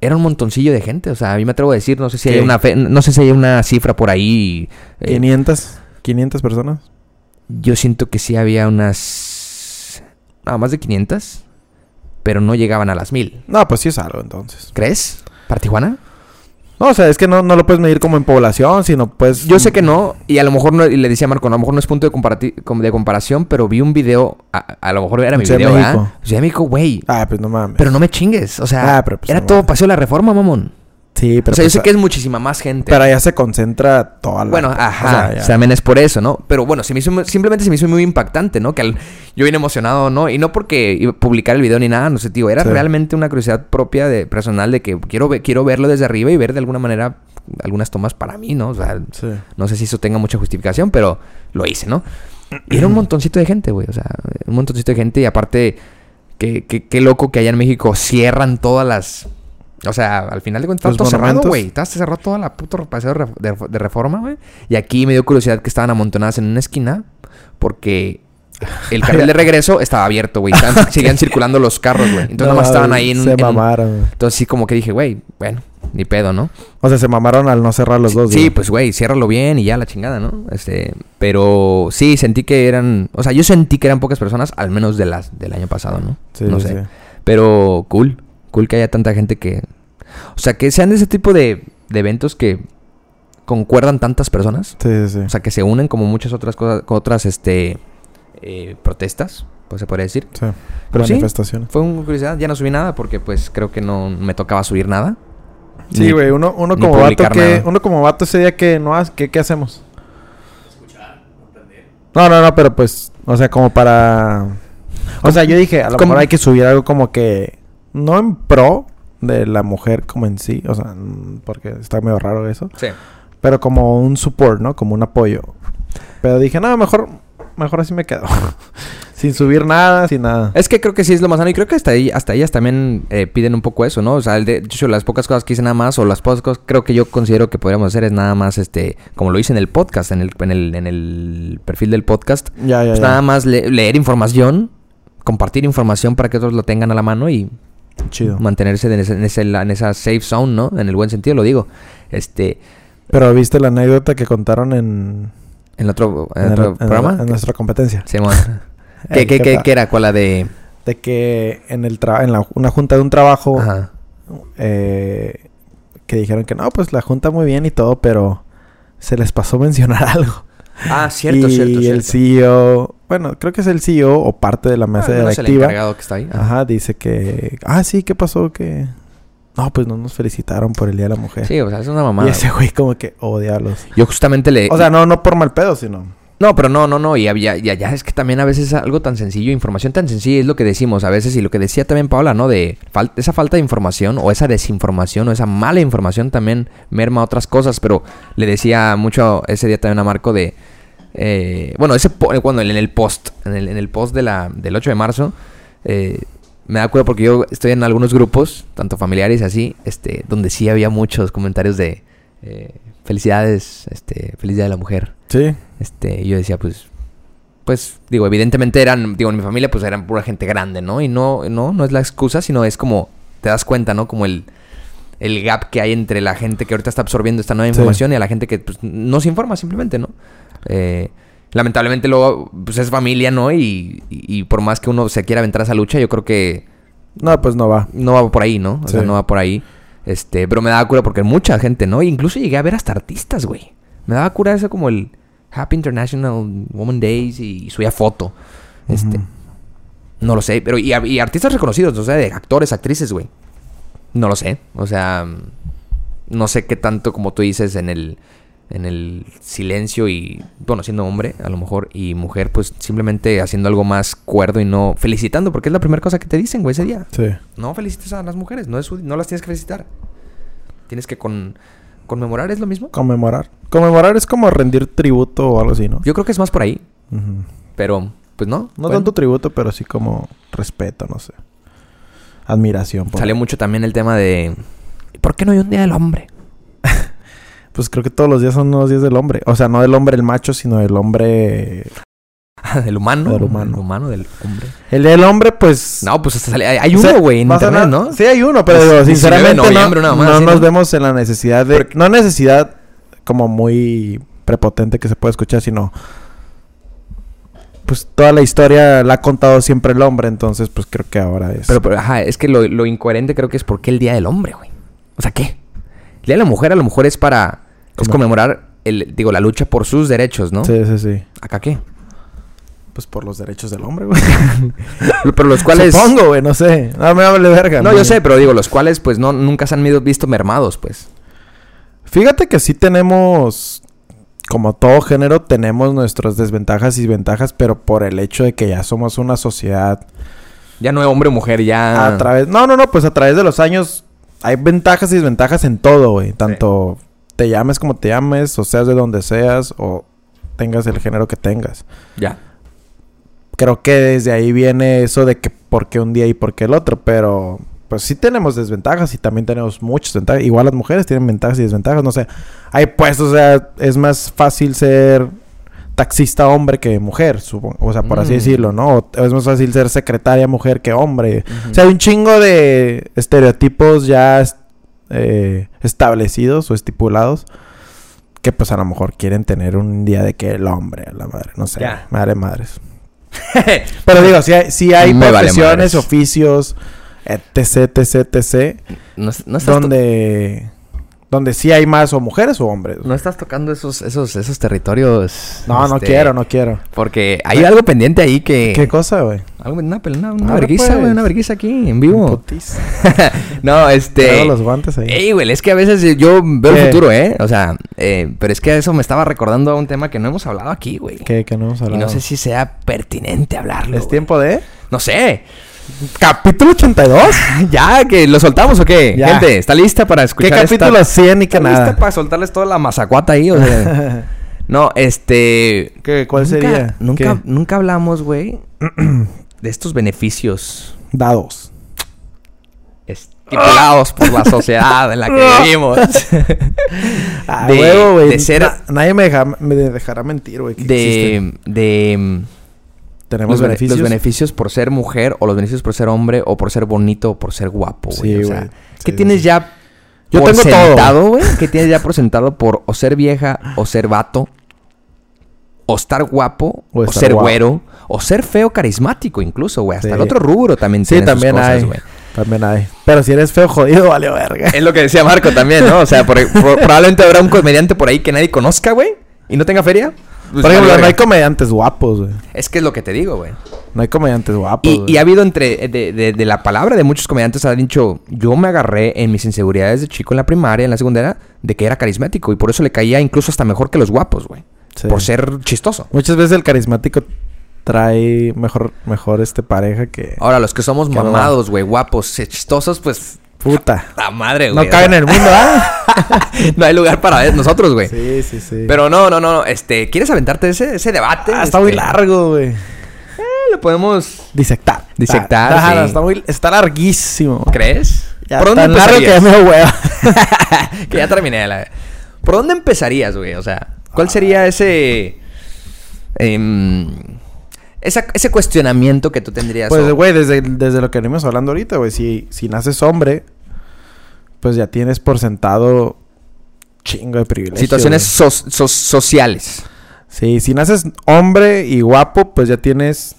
Speaker 1: era un montoncillo de gente. O sea, a mí me atrevo a decir, no sé si
Speaker 2: Sí.
Speaker 1: hay una fe- no sé si hay una cifra por ahí. eh,
Speaker 2: 500, 500 personas.
Speaker 1: yo siento que sí había unas. Nada más de 500, pero no llegaban a las 1000.
Speaker 2: No, pues sí es algo entonces.
Speaker 1: ¿Crees? ¿Para Tijuana?
Speaker 2: No, o sea, es que no, no lo puedes medir como en población, sino pues...
Speaker 1: Yo sé que no, y a lo mejor no, y le decía a Marco, a lo mejor no es punto de, comparati- com- de comparación, pero vi un video, a, a lo mejor era mi
Speaker 2: Ciudad de
Speaker 1: video, ¿verdad?
Speaker 2: México.
Speaker 1: Ciudad de México, güey.
Speaker 2: Ah, pues no mames.
Speaker 1: Pero no me chingues, o sea,
Speaker 2: Ah, pero pues
Speaker 1: era
Speaker 2: no
Speaker 1: todo
Speaker 2: mames.
Speaker 1: paseo de la reforma, mamón.
Speaker 2: Sí, pero...
Speaker 1: o sea, yo
Speaker 2: pues,
Speaker 1: sé que es muchísima más gente.
Speaker 2: Pero allá se concentra toda la...
Speaker 1: bueno,
Speaker 2: o sea,
Speaker 1: ajá,
Speaker 2: ya.
Speaker 1: también es por eso, ¿no? Pero bueno, se me hizo, mu- simplemente se me hizo muy impactante, ¿no? Que al- yo vine emocionado, ¿no? Y no porque iba a publicar el video ni nada, no sé, tío. Era
Speaker 2: Sí.
Speaker 1: realmente una curiosidad propia de personal de que quiero, ve- quiero verlo desde arriba y ver de alguna manera algunas tomas para mí, ¿no? O sea,
Speaker 2: Sí.
Speaker 1: no sé si eso tenga mucha justificación, pero lo hice, ¿no? Y
Speaker 2: [clears throat]
Speaker 1: era un montoncito de gente, güey. O sea, un montoncito de gente. Y aparte, qué, qué- qué loco que allá en México cierran todas las O sea, al final de cuentas,
Speaker 2: Los
Speaker 1: estaba todo cerrado,
Speaker 2: monumentos.
Speaker 1: güey. Estaba cerrado toda la puta paseo de, Ref- de reforma, güey. Y aquí me dio curiosidad que estaban amontonadas en una esquina porque el carril
Speaker 2: [laughs]
Speaker 1: de regreso estaba abierto, güey. Estaban- Seguían circulando los carros, güey. Entonces,
Speaker 2: No,
Speaker 1: nomás estaban ahí en un.
Speaker 2: Se
Speaker 1: en un-
Speaker 2: mamaron. güey.
Speaker 1: Entonces, sí, como que dije, güey, bueno, ni pedo, ¿no?
Speaker 2: O sea, se mamaron al no cerrar los dos,
Speaker 1: Sí,
Speaker 2: güey.
Speaker 1: pues güey, ciérralo bien y ya la chingada, ¿no? Este, pero sí, sentí que eran, o sea, yo sentí que eran pocas personas, al menos de las del año pasado, ¿no?
Speaker 2: Sí,
Speaker 1: no
Speaker 2: sí,
Speaker 1: sé.
Speaker 2: sí.
Speaker 1: Pero cool, cool que haya tanta gente que, o sea, que sean de ese tipo de, de eventos que concuerdan tantas personas,
Speaker 2: Sí, sí, sí.
Speaker 1: o sea, que se unen como muchas otras cosas, con otras, este, eh, protestas, pues se podría decir.
Speaker 2: Sí.
Speaker 1: Pero pues, sí.
Speaker 2: Manifestaciones.
Speaker 1: Fue una curiosidad, ya no subí nada porque pues creo que no me tocaba subir nada.
Speaker 2: Sí,
Speaker 1: Ni-
Speaker 2: güey, uno, uno
Speaker 1: ni
Speaker 2: como vato
Speaker 1: publicar
Speaker 2: que,
Speaker 1: nada.
Speaker 2: uno como vato ese día que no hace, ¿qué, qué hacemos? No, no, no, pero pues, o sea, como para, o sea, yo dije, a lo
Speaker 1: ¿Cómo?
Speaker 2: mejor hay que subir algo como que, no en pro de la mujer como en sí, o sea, mm, porque está medio raro eso,
Speaker 1: Sí.
Speaker 2: pero como un support, ¿no? Como un apoyo. Pero dije, no, mejor, mejor así me quedo, [laughs] sin subir nada, sin nada.
Speaker 1: Es que creo que sí es lo más sano y creo que hasta ahí, hasta ellas también eh, piden un poco eso, ¿no? O sea, el de hecho las pocas cosas que hice nada más o las pocas cosas creo que yo considero que podríamos hacer es nada más, este, como lo hice en el podcast, en el, en el, en el perfil del podcast,
Speaker 2: Ya, ya,
Speaker 1: pues
Speaker 2: ya.
Speaker 1: nada más le- leer información, compartir información para que otros lo tengan a la mano y
Speaker 2: Chido.
Speaker 1: mantenerse en, ese- en, ese- en esa safe zone, ¿no? En el buen sentido lo digo. Este,
Speaker 2: Pero viste la anécdota que contaron en,
Speaker 1: en el otro, en
Speaker 2: en el-
Speaker 1: otro
Speaker 2: en el-
Speaker 1: programa.
Speaker 2: en nuestra competencia.
Speaker 1: Simón.
Speaker 2: [laughs] Ey,
Speaker 1: ¿Qué, qué,
Speaker 2: ¿qué
Speaker 1: qué,
Speaker 2: tal?
Speaker 1: qué era? ¿Cuál la de...?
Speaker 2: de que en el tra- en la- una junta de un trabajo
Speaker 1: Ajá.
Speaker 2: eh, que dijeron que no, pues la junta muy bien y todo, pero se les pasó [laughs] mencionar algo.
Speaker 1: Ah, cierto,
Speaker 2: y
Speaker 1: cierto,
Speaker 2: el
Speaker 1: cierto.
Speaker 2: CEO, bueno, creo que es el CEO o parte de la
Speaker 1: Ah,
Speaker 2: mesa
Speaker 1: al menos el
Speaker 2: directiva.
Speaker 1: encargado que está ahí. Ajá.
Speaker 2: Ajá, dice que, ah, sí, ¿qué pasó? Que no, pues no nos felicitaron por el Día de la Mujer.
Speaker 1: Sí, o sea, es una
Speaker 2: y
Speaker 1: mamada.
Speaker 2: ese güey como que, oh, diablos.
Speaker 1: Yo justamente le...
Speaker 2: O sea, no, no por mal pedo, sino...
Speaker 1: no, pero no, no, no. Y había, ya, ya es que también a veces algo tan sencillo, información tan sencilla es lo que decimos a veces. Y lo que decía también Paola, ¿no? De fal- esa falta de información o esa desinformación o esa mala información también merma otras cosas. Pero le decía mucho ese día también a Marco de... eh, bueno, ese po- cuando en el post, en el, en el post de la, del 8 de marzo, eh, me da acuerdo porque yo estoy en algunos grupos, tanto familiares y así, este, donde sí había muchos comentarios de eh, felicidades, este, feliz día de la mujer.
Speaker 2: Sí.
Speaker 1: Este, y yo decía, pues, pues, digo, evidentemente eran, digo, en mi familia, pues eran pura gente grande, ¿no? Y no, no, no es la excusa, sino es como, te das cuenta, ¿no? Como el, el gap que hay entre la gente que ahorita está absorbiendo esta nueva
Speaker 2: Sí.
Speaker 1: información y a la gente que, pues, no se informa simplemente, ¿no? Eh, lamentablemente luego, pues, es familia, ¿no? Y, y, y por más que uno se quiera aventar a esa lucha, yo creo que
Speaker 2: No, pues no va.
Speaker 1: no va por ahí, ¿no? O sea,
Speaker 2: Sí.
Speaker 1: no va por ahí. Este, pero me daba cura porque mucha gente, ¿no? E incluso llegué a ver hasta artistas, güey. Me daba cura eso como el Happy International Woman Days y, y subía foto. Este,
Speaker 2: Ujú.
Speaker 1: no lo sé, pero y, y artistas reconocidos, o sea, de actores, actrices, güey. No lo sé, o sea, no sé qué tanto como tú dices en el en el silencio y bueno, siendo hombre, a lo mejor y mujer pues simplemente haciendo algo más cuerdo y no felicitando porque es la primera cosa que te dicen, güey, ese día.
Speaker 2: Sí.
Speaker 1: No felicites a las mujeres, no, es su- no las tienes que felicitar. Tienes que con- conmemorar, es lo mismo.
Speaker 2: Conmemorar. Conmemorar es como rendir tributo o algo así, ¿no?
Speaker 1: Yo creo que es más por ahí,
Speaker 2: Ujú.
Speaker 1: pero pues no.
Speaker 2: No
Speaker 1: bueno.
Speaker 2: tanto tributo, pero sí como respeto, no sé. Admiración. por-
Speaker 1: Salió mucho también el tema de ¿por qué no hay un día del hombre? [laughs]
Speaker 2: Pues creo que todos los días son los días del hombre. O sea, no del hombre el macho, sino del hombre...
Speaker 1: Ah, del humano,
Speaker 2: Del humano.
Speaker 1: del humano, del hombre.
Speaker 2: El del hombre, pues...
Speaker 1: No, pues hasta sale- hay, hay
Speaker 2: O sea,
Speaker 1: uno, güey, en
Speaker 2: va a
Speaker 1: internet,
Speaker 2: sonar-
Speaker 1: ¿no? Pues,
Speaker 2: Sí, hay uno, pero
Speaker 1: Es
Speaker 2: digo,
Speaker 1: 19 de
Speaker 2: sinceramente no,
Speaker 1: noviembre, una mamá
Speaker 2: no
Speaker 1: así,
Speaker 2: nos
Speaker 1: ¿no?
Speaker 2: vemos en la necesidad de... No necesidad como muy prepotente que se puede escuchar, sino... Pues toda la historia la ha contado siempre el hombre, entonces pues creo que ahora es...
Speaker 1: Pero, pero, ajá, es que lo, lo incoherente creo que es por qué el Día del Hombre, güey. O sea, ¿qué? El Día de la Mujer a lo mejor es para... Es
Speaker 2: Como-
Speaker 1: conmemorar, el, digo, la lucha por sus derechos, ¿no?
Speaker 2: Sí, sí, sí.
Speaker 1: ¿Acá qué? [laughs]
Speaker 2: Pues por los derechos del hombre, [laughs] güey.
Speaker 1: Pero los cuales...
Speaker 2: Supongo, güey, no sé. No me hable verga.
Speaker 1: No, yo sé, pero digo, los cuales pues no nunca se han mido- visto mermados, pues.
Speaker 2: Fíjate que sí tenemos, como todo género, tenemos nuestras desventajas y ventajas, pero por el hecho de que ya somos una sociedad
Speaker 1: Ya no es hombre o mujer, ya...
Speaker 2: a través... No, no, no, pues a través de los años hay ventajas y desventajas en todo, güey. Tanto te llames como te llames, o seas de donde seas, o tengas el género que tengas.
Speaker 1: Ya.
Speaker 2: Creo que desde ahí viene eso de que por qué un día y por qué el otro, pero pues sí tenemos desventajas y también tenemos muchas ventajas. Igual las mujeres tienen ventajas y desventajas, no sé. Hay puestos, o sea, es más fácil ser taxista hombre que mujer, supongo, o sea, por así
Speaker 1: Mm.
Speaker 2: decirlo, ¿no? O es más fácil ser secretaria mujer que hombre. O sea, hay un chingo de estereotipos ya es- eh, establecidos o estipulados que pues a lo mejor quieren tener un día de que el hombre, la madre, no sé,
Speaker 1: Ya.
Speaker 2: madre madres. [laughs] Pero digo, si hay, si hay
Speaker 1: Me vale
Speaker 2: profesiones,
Speaker 1: madres.
Speaker 2: oficios, eh, etc, etc, etc,
Speaker 1: [laughs] No, es- no estás to-
Speaker 2: donde, donde sí hay más o mujeres o hombres.
Speaker 1: no estás tocando esos, esos, esos territorios.
Speaker 2: No, no
Speaker 1: este,
Speaker 2: quiero, no quiero.
Speaker 1: Porque hay algo pendiente ahí que.
Speaker 2: ¿Qué cosa, güey?
Speaker 1: algo- una pel- una, una
Speaker 2: Ahora,
Speaker 1: verguiza, güey,
Speaker 2: pues.
Speaker 1: Una verguiza aquí, en [laughs] vivo.
Speaker 2: Putis.
Speaker 1: no, este.
Speaker 2: Traigo los guantes ahí.
Speaker 1: Ey, güey, es que a veces yo veo
Speaker 2: ¿Qué?
Speaker 1: el futuro, ¿eh? O sea, eh, pero es que eso me estaba recordando a un tema que no hemos hablado aquí, güey.
Speaker 2: Que, que no hemos
Speaker 1: Y
Speaker 2: hablado.
Speaker 1: no sé si sea pertinente hablarlo.
Speaker 2: ¿Es
Speaker 1: güey.
Speaker 2: tiempo de...?
Speaker 1: No sé.
Speaker 2: ¿Capítulo 82?
Speaker 1: [laughs] Ya, que lo soltamos o qué?
Speaker 2: Ya.
Speaker 1: Gente, ¿está lista para
Speaker 2: ¿Qué
Speaker 1: escuchar esta-
Speaker 2: capítulo 100 ni que
Speaker 1: ¿Está lista
Speaker 2: nada?
Speaker 1: para soltarles toda la mazacuata ahí? O
Speaker 2: [laughs]
Speaker 1: sea, no, este...
Speaker 2: ¿Qué, ¿Cuál
Speaker 1: nunca-
Speaker 2: sería?
Speaker 1: Nunca,
Speaker 2: ¿Qué?
Speaker 1: nunca hablamos, güey,
Speaker 2: [clears throat]
Speaker 1: de estos beneficios
Speaker 2: Dados.
Speaker 1: estipulados por
Speaker 2: [laughs]
Speaker 1: la sociedad en la que vivimos.
Speaker 2: Ah,
Speaker 1: De-
Speaker 2: huevo, güey.
Speaker 1: de ser-
Speaker 2: Na- nadie me, deja- me dejará mentir, güey. que existen.
Speaker 1: de... de
Speaker 2: Tenemos
Speaker 1: los, bene-
Speaker 2: beneficios.
Speaker 1: los beneficios por ser mujer o los beneficios por ser hombre o por ser bonito o por ser guapo, güey.
Speaker 2: Sí,
Speaker 1: o sea,
Speaker 2: güey.
Speaker 1: ¿qué
Speaker 2: Sí,
Speaker 1: tienes
Speaker 2: sí.
Speaker 1: ya
Speaker 2: Yo
Speaker 1: por
Speaker 2: tengo todo.
Speaker 1: sentado, güey? ¿Qué tienes ya por sentado por o ser vieja o ser vato? O estar guapo,
Speaker 2: O
Speaker 1: o,
Speaker 2: estar
Speaker 1: ser
Speaker 2: guapo.
Speaker 1: güero, o ser feo carismático incluso, güey. Hasta
Speaker 2: Sí.
Speaker 1: el otro rubro también
Speaker 2: Sí,
Speaker 1: tiene sus
Speaker 2: también
Speaker 1: cosas,
Speaker 2: hay.
Speaker 1: güey.
Speaker 2: También hay. Pero si eres feo, jodido, [laughs] vale verga.
Speaker 1: Es lo que decía Marco también, ¿no? O sea, por- por- probablemente habrá un comediante por ahí que nadie conozca, güey, y no tenga feria. Pues,
Speaker 2: Por ejemplo,
Speaker 1: vale
Speaker 2: no hay
Speaker 1: verga.
Speaker 2: comediantes guapos, güey.
Speaker 1: Es que es lo que te digo, güey.
Speaker 2: No hay comediantes guapos.
Speaker 1: Y,
Speaker 2: güey.
Speaker 1: y ha habido entre eh, de, de- de la palabra de muchos comediantes ha dicho yo me agarré en mis inseguridades de chico en la primaria, en la secundaria, de que era carismático y por eso le caía incluso hasta mejor que los guapos, güey.
Speaker 2: Sí.
Speaker 1: Por ser chistoso.
Speaker 2: Muchas veces el carismático trae mejor, mejor este pareja que.
Speaker 1: Ahora, los que somos
Speaker 2: Qué
Speaker 1: mamados, güey, guapos, eh, chistosos, pues
Speaker 2: Puta.
Speaker 1: la madre,
Speaker 2: No
Speaker 1: eh, güey.
Speaker 2: cae en el mundo, ¿ah?
Speaker 1: no hay lugar para nosotros, [laughs] güey.
Speaker 2: sí, sí, sí.
Speaker 1: Pero no, no, no, no, este, ¿quieres aventarte ese, ese debate?
Speaker 2: Ah, está muy
Speaker 1: Este,
Speaker 2: largo, güey.
Speaker 1: eh, Lo podemos
Speaker 2: Disectar.
Speaker 1: Disectar,
Speaker 2: Está, está,
Speaker 1: sí.
Speaker 2: está muy, está larguísimo.
Speaker 1: ¿crees?
Speaker 2: Ya,
Speaker 1: ¿Por dónde
Speaker 2: tan largo que ya
Speaker 1: empezarías?
Speaker 2: me da hueva.
Speaker 1: [laughs] que ya terminé la... ¿Por dónde empezarías, güey? O sea, ¿cuál sería ese... em, esa- ese cuestionamiento que tú tendrías?
Speaker 2: Pues,
Speaker 1: o-
Speaker 2: güey, desde, desde lo que venimos hablando ahorita, güey, si, si naces hombre, pues ya tienes por sentado chingo de privilegios.
Speaker 1: situaciones
Speaker 2: güey.
Speaker 1: so- so- sociales.
Speaker 2: Sí, si naces hombre y guapo, pues ya tienes.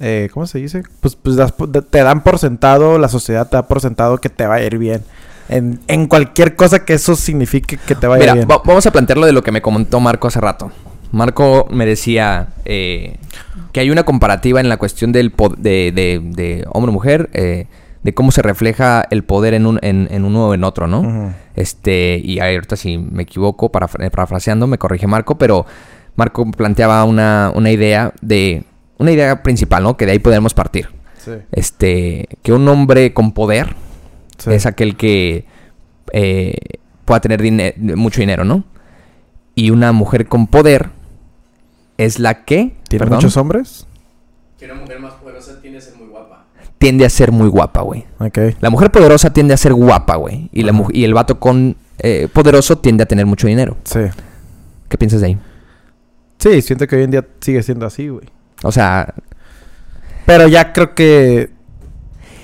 Speaker 2: eh, ¿Cómo se dice? Pues, pues das po- te dan por sentado, la sociedad te da por sentado que te va a ir bien. En, en cualquier cosa que eso signifique que te vaya
Speaker 1: Mira,
Speaker 2: bien.
Speaker 1: va- vamos a plantearlo de lo que me comentó Marco hace rato. Marco me decía eh, que hay una comparativa en la cuestión del po- de, de- de hombre-mujer, eh, de cómo se refleja el poder en, un, en, en uno o en otro, ¿no?
Speaker 2: Ujú.
Speaker 1: Este, y ahorita si me equivoco, parafra- eh, parafraseando, me corrige Marco, pero Marco planteaba una, una idea de. Una idea principal, ¿no? Que de ahí podemos partir.
Speaker 2: Sí,
Speaker 1: Este. Que un hombre con poder
Speaker 2: sí.
Speaker 1: es aquel que eh, pueda tener dine- mucho dinero, ¿no? Y una mujer con poder es la que
Speaker 2: ¿Tiene
Speaker 1: perdón,
Speaker 2: muchos hombres?
Speaker 3: Que una mujer más poderosa tiende a ser muy guapa.
Speaker 1: tiende a ser muy guapa, güey.
Speaker 2: Ok.
Speaker 1: La mujer poderosa tiende a ser guapa, güey. Y, la mu- y el vato con eh, poderoso tiende a tener mucho dinero.
Speaker 2: Sí.
Speaker 1: ¿Qué piensas de ahí?
Speaker 2: Sí, siento que hoy en día sigue siendo así, güey.
Speaker 1: O sea,
Speaker 2: Pero ya creo que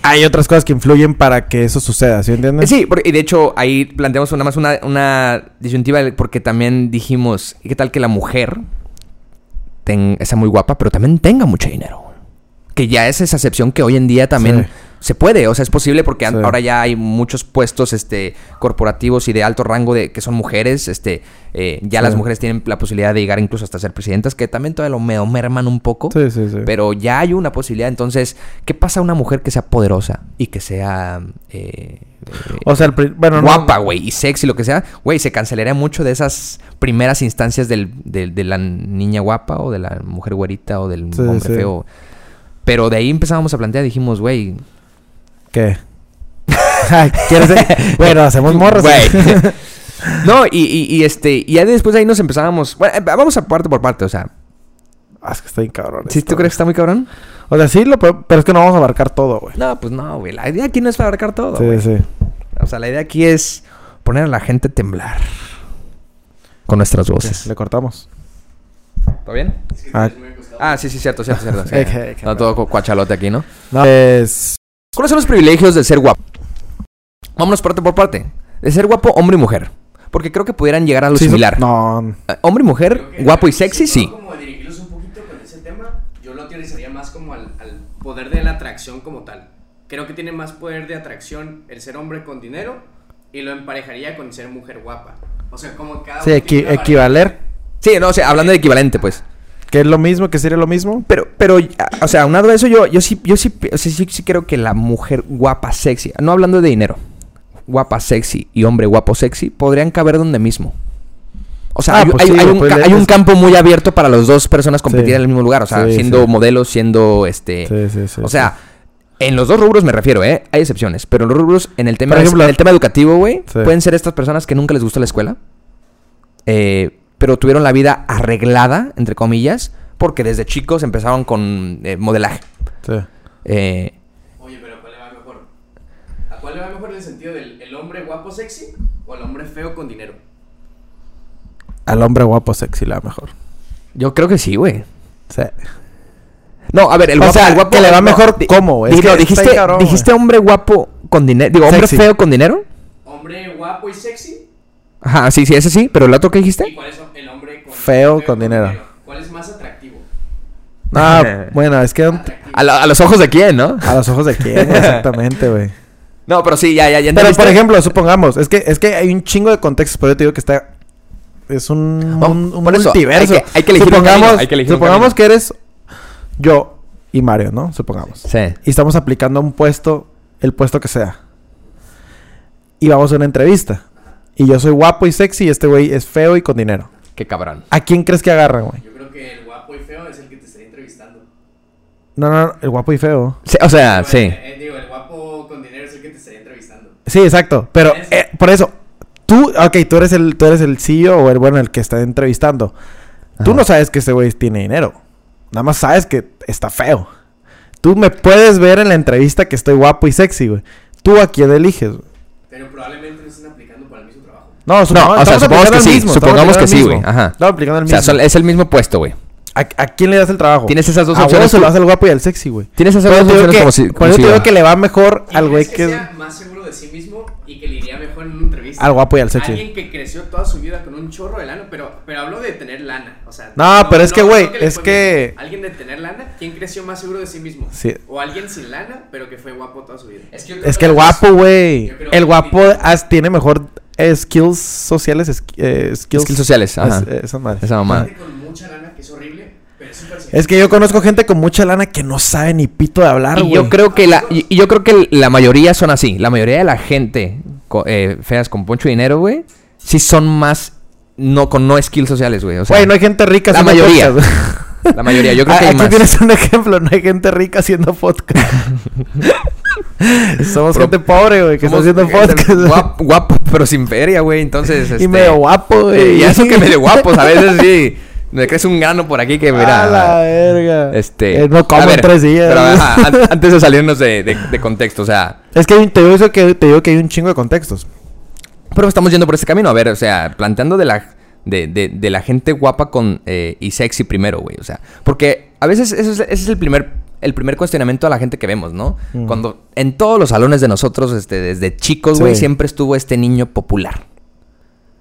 Speaker 2: hay otras cosas que influyen para que eso suceda, ¿sí entiendes?
Speaker 1: Sí, porque- y de hecho ahí planteamos una más una, una disyuntiva del- porque también dijimos, ¿qué tal que la mujer ten- sea muy guapa, pero también tenga mucho dinero? Que ya es esa excepción que hoy en día también
Speaker 2: Sí.
Speaker 1: se puede, o sea, es posible porque an-
Speaker 2: Sí.
Speaker 1: ahora ya hay muchos puestos este corporativos y de alto rango de que son mujeres, este eh, ya
Speaker 2: Sí.
Speaker 1: las mujeres tienen la posibilidad de llegar incluso hasta ser presidentas, que también todavía lo medio merman un poco.
Speaker 2: Sí, sí, sí.
Speaker 1: Pero ya hay una posibilidad. Entonces, ¿qué pasa a una mujer que sea poderosa y que sea eh, eh,
Speaker 2: o sea, el pri- bueno, no-
Speaker 1: guapa, güey, y sexy, lo que sea? Güey, se cancelaría mucho de esas primeras instancias del, del- de la niña guapa o de la mujer güerita o del
Speaker 2: Sí,
Speaker 1: hombre
Speaker 2: sí.
Speaker 1: feo. Pero de ahí empezábamos a plantear, dijimos, güey.
Speaker 2: [laughs] ¿Qué? ¿Quieres ser-
Speaker 1: [laughs]
Speaker 2: Bueno, hacemos ¿eh? morras.
Speaker 1: Güey. no, y, y, y este, y ya después de ahí nos empezábamos. Bueno, eh, vamos a parte por parte, o sea.
Speaker 2: [laughs] Ah, es que está bien cabrón.
Speaker 1: ¿sí,
Speaker 2: esto,
Speaker 1: ¿Tú crees que está muy cabrón?
Speaker 2: güey. O sea, sí, lo puedo- pero es que no vamos a abarcar todo, güey.
Speaker 1: No, pues no, güey. La idea aquí no es fabricar todo,
Speaker 2: Sí,
Speaker 1: güey.
Speaker 2: sí.
Speaker 1: O sea, la idea aquí es poner a la gente a temblar. Con nuestras voces.
Speaker 2: Le cortamos.
Speaker 1: ¿Todo bien?
Speaker 3: Es que
Speaker 2: Ah.
Speaker 3: es muy acostado.
Speaker 1: Ah, Pues sí, sí, cierto, cierto, [laughs] cierto. sí.
Speaker 2: Ok, ok.
Speaker 1: No todo cu- cuachalote aquí, ¿no?
Speaker 2: No, es...
Speaker 1: ¿Cuáles son los privilegios de ser guapo? Vámonos parte por parte. De ser guapo, hombre y mujer. Porque creo que pudieran llegar a lo
Speaker 2: sí,
Speaker 1: similar.
Speaker 2: No,
Speaker 1: Eh, Hombre y mujer,
Speaker 3: Creo que-
Speaker 1: guapo y sexy,
Speaker 3: si no,
Speaker 1: sí.
Speaker 3: como dirigirlos un poquito con ese tema, yo lo teorizaría más como al, al poder de la atracción como tal. Creo que tiene más poder de atracción el ser hombre con dinero y lo emparejaría con ser mujer guapa. O sea, como cada
Speaker 2: Sí,
Speaker 3: uno
Speaker 2: equi-
Speaker 3: tiene una
Speaker 2: equivaler.
Speaker 3: variante.
Speaker 1: Sí, no, o sea, hablando de equivalente, pues.
Speaker 2: que es lo mismo, que sería lo mismo.
Speaker 1: Pero, pero, a- o sea, aunado a eso, yo, yo sí, yo sí, o sea, sí, sí creo que la mujer guapa sexy, no hablando de dinero, guapa sexy y hombre guapo sexy, podrían caber donde mismo. O sea,
Speaker 2: Ah,
Speaker 1: hay,
Speaker 2: pues
Speaker 1: hay-
Speaker 2: sí,
Speaker 1: hay un,
Speaker 2: pues
Speaker 1: ca-
Speaker 2: le-
Speaker 1: hay un campo muy abierto para las dos personas competir en el mismo lugar. O sea,
Speaker 2: Sí,
Speaker 1: siendo
Speaker 2: sí.
Speaker 1: modelos, siendo este.
Speaker 2: Sí, sí, sí,
Speaker 1: o sea, en los dos rubros me refiero, ¿eh? Hay excepciones, pero en los rubros, en el tema,
Speaker 2: Por ejemplo,
Speaker 1: en el tema educativo, güey,
Speaker 2: Sí.
Speaker 1: pueden ser estas personas que nunca les gusta la escuela, eh, pero tuvieron la vida arreglada, entre comillas, porque desde chicos empezaron con eh, modelaje.
Speaker 2: Sí.
Speaker 1: Eh,
Speaker 3: Oye, pero ¿a cuál le va mejor? ¿A cuál le va mejor en el sentido del el hombre guapo sexy o el hombre feo con dinero?
Speaker 2: Al hombre guapo sexy la mejor.
Speaker 1: yo creo que sí, güey. [laughs]
Speaker 2: Sí.
Speaker 1: No, a ver, el
Speaker 2: O
Speaker 1: guapo,
Speaker 2: sea,
Speaker 1: el guapo-
Speaker 2: que le va
Speaker 1: no,
Speaker 2: mejor
Speaker 1: di-
Speaker 2: cómo, güey.
Speaker 1: di-
Speaker 2: Es
Speaker 1: no,
Speaker 2: que está
Speaker 1: dijiste,
Speaker 2: ahí cabrón, güey.
Speaker 1: dijiste hombre guapo con dinero. Digo, hombre
Speaker 2: Sexy.
Speaker 1: feo con dinero.
Speaker 3: ¿Hombre guapo y sexy?
Speaker 1: Ajá, sí, sí, ese sí, pero el otro que
Speaker 3: ¿Y
Speaker 1: dijiste.
Speaker 3: cuál es el hombre con
Speaker 2: Feo con dinero.
Speaker 3: ¿Cuál es más atractivo?
Speaker 2: Ah, bueno, es que
Speaker 3: Atractivo.
Speaker 1: A, la- a los ojos de quién, ¿no?
Speaker 2: a los ojos de
Speaker 1: [laughs]
Speaker 2: quién, güey, exactamente, güey.
Speaker 1: No, pero sí, ya, ya, ya.
Speaker 2: Pero por
Speaker 1: entendiste.
Speaker 2: ejemplo, supongamos, es que es que hay un chingo de contextos, pero yo te digo que está es un,
Speaker 1: No,
Speaker 2: un, un
Speaker 1: Oh, por eso,
Speaker 2: multiverso.
Speaker 1: hay que- hay que elegir un
Speaker 2: supongamos,
Speaker 1: camino, hay que elegir un
Speaker 2: supongamos
Speaker 1: camino.
Speaker 2: que eres yo y Mario, ¿no? Supongamos.
Speaker 1: Sí.
Speaker 2: Y estamos aplicando un puesto, el puesto que sea. Y vamos a una entrevista. Y yo soy guapo y sexy y este güey es feo y con dinero.
Speaker 1: Qué cabrón.
Speaker 2: ¿A quién crees que agarran, güey?
Speaker 3: Yo creo que el guapo y feo es el que te estaría entrevistando.
Speaker 2: No, no, no, el guapo y feo.
Speaker 1: Sí, o sea,
Speaker 2: Ah,
Speaker 3: Bueno,
Speaker 1: sí.
Speaker 3: eh, eh, digo, el guapo con dinero es el que te estaría entrevistando.
Speaker 2: Sí, exacto. Pero
Speaker 3: Eso.
Speaker 2: eh, por eso, tú, ok, tú eres el, tú eres el CEO o el bueno, el que está entrevistando. Tú
Speaker 1: Ajá.
Speaker 2: no sabes que ese güey tiene dinero. Nada más sabes que está feo. Tú me puedes ver en la entrevista que estoy guapo y sexy, güey. ¿Tú a quién eliges? güey?
Speaker 3: Pero probablemente no estén aplicando para el mismo trabajo.
Speaker 2: No,
Speaker 1: No, o sea,
Speaker 2: estamos
Speaker 1: supongamos
Speaker 2: aplicando
Speaker 1: que
Speaker 2: el
Speaker 1: sí,
Speaker 2: estamos
Speaker 1: supongamos que
Speaker 2: aplicando el
Speaker 1: sí, güey,
Speaker 2: mismo.
Speaker 1: ajá.
Speaker 2: Estamos aplicando el
Speaker 1: O sea,
Speaker 2: mismo.
Speaker 1: son- es el mismo puesto, güey.
Speaker 2: ¿A, a quién le das el trabajo?
Speaker 1: Tienes esas dos
Speaker 2: a
Speaker 1: opciones
Speaker 2: vos se
Speaker 1: tú.
Speaker 2: lo das al guapo y al sexy, güey.
Speaker 1: Tienes esas
Speaker 2: Por eso
Speaker 1: dos
Speaker 2: te digo
Speaker 1: opciones
Speaker 2: que-
Speaker 1: como si.
Speaker 2: Por eso te digo que le va mejor
Speaker 3: ¿Quién
Speaker 2: al güey
Speaker 3: crees
Speaker 2: que...
Speaker 3: sea más seguro de sí mismo y que le iría mejor en una entrevista.
Speaker 2: Al guapo y al sexy.
Speaker 3: Alguien que creció toda su vida con un chorro de lana, pero, pero hablo de tener lana. O sea,
Speaker 2: No, pero es que, güey,
Speaker 3: le
Speaker 2: es
Speaker 3: fue
Speaker 2: que-
Speaker 3: bien. Alguien de tener lana, ¿quién creció más seguro de sí mismo?
Speaker 2: Sí.
Speaker 3: O alguien sin lana, pero que fue guapo toda su vida. Es que,
Speaker 2: Es que el guapo, güey.
Speaker 3: Yo creo
Speaker 2: El
Speaker 3: que-
Speaker 2: guapo as- tiene mejor eh, skills sociales. es- eh, skills,
Speaker 1: Skills sociales, ajá.
Speaker 2: es- eh, esas madres.
Speaker 1: Esa mamada.
Speaker 3: Gente con mucha lana, que es horrible, pero es súper
Speaker 2: Es que yo conozco gente con mucha lana que no sabe ni pito de hablar,
Speaker 1: Y
Speaker 2: Ah, güey.
Speaker 1: yo creo que la, y y yo creo que la mayoría son así. La mayoría de la gente co- eh, feas con poncho y dinero, güey, sí son más no con no skills sociales, güey. O sea,
Speaker 2: Güey, no hay gente rica
Speaker 1: la
Speaker 2: haciendo
Speaker 1: mayoría.
Speaker 2: podcast.
Speaker 1: [laughs] la mayoría. Yo creo
Speaker 2: Ah,
Speaker 1: que hay
Speaker 2: Aquí
Speaker 1: más.
Speaker 2: tienes un ejemplo. No hay gente rica haciendo
Speaker 1: [laughs]
Speaker 2: podcast. Somos
Speaker 1: Pro-
Speaker 2: gente pobre, güey, que está
Speaker 1: Somos
Speaker 2: haciendo
Speaker 1: gente
Speaker 2: podcast.
Speaker 1: Guapo, guapo, pero sin feria, güey. Entonces, este,
Speaker 2: [laughs] Y medio guapo,
Speaker 1: eh,
Speaker 2: güey.
Speaker 1: Y eso que medio guapos. A veces sí. Me crece un grano por aquí que mira.
Speaker 2: [laughs] A la verga.
Speaker 1: Este.
Speaker 2: Eh, no como
Speaker 1: a ver,
Speaker 2: en tres días.
Speaker 1: pero,
Speaker 2: [laughs]
Speaker 1: ajá, an- antes de salirnos de, de- de contexto, o sea.
Speaker 2: Es que te digo, eso que te digo que hay un chingo de contextos.
Speaker 1: Pero estamos yendo por este camino. A ver, o sea, planteando de la. De, de- de la gente guapa con eh, y sexy primero, güey. O sea, porque a veces eso es- ese es el primer, el primer cuestionamiento a la gente que vemos, ¿no?
Speaker 2: Mm.
Speaker 1: Cuando en todos los salones de nosotros, este, desde chicos,
Speaker 2: Sí.
Speaker 1: güey, siempre estuvo este niño popular.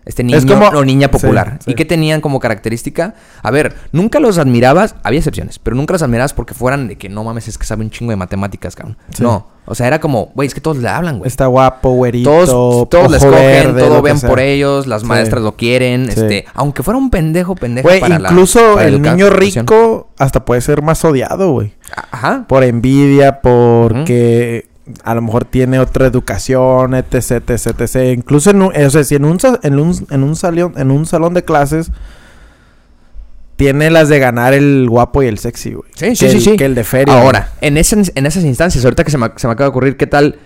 Speaker 1: Este niño
Speaker 2: Es como-
Speaker 1: o niña
Speaker 2: sí,
Speaker 1: popular.
Speaker 2: sí.
Speaker 1: ¿Y qué tenían como característica? A ver, nunca los admirabas, había excepciones, pero nunca los admirabas porque fueran de que no mames, es que sabe un chingo de matemáticas, cabrón.
Speaker 2: Sí.
Speaker 1: No. O sea, era como, güey, es que todos le hablan, güey
Speaker 2: Está guapo, güerito.
Speaker 1: todos, todos les
Speaker 2: ojo
Speaker 1: cogen,
Speaker 2: verde, lo
Speaker 1: todo
Speaker 2: que
Speaker 1: ven
Speaker 2: sea.
Speaker 1: por ellos, las
Speaker 2: Sí.
Speaker 1: maestras lo quieren,
Speaker 2: Sí.
Speaker 1: este, aunque fuera un pendejo, pendejo
Speaker 2: Güey,
Speaker 1: para la-
Speaker 2: incluso
Speaker 1: para
Speaker 2: el
Speaker 1: educar-
Speaker 2: niño
Speaker 1: educación.
Speaker 2: rico hasta puede ser más odiado, güey.
Speaker 1: Ajá.
Speaker 2: Por envidia, porque a lo mejor tiene otra educación, etc, etc, etc. Incluso en un, eh, o sea, si en un, sa- en un, en un salón, en un salón de clases tiene las de ganar el guapo y el sexy, güey.
Speaker 1: Sí, sí,
Speaker 2: Que
Speaker 1: sí,
Speaker 2: el-
Speaker 1: sí.
Speaker 2: Que el de feria.
Speaker 1: Ahora, en, esas- en esas instancias, ahorita que se me, se me acaba de ocurrir, ¿qué tal?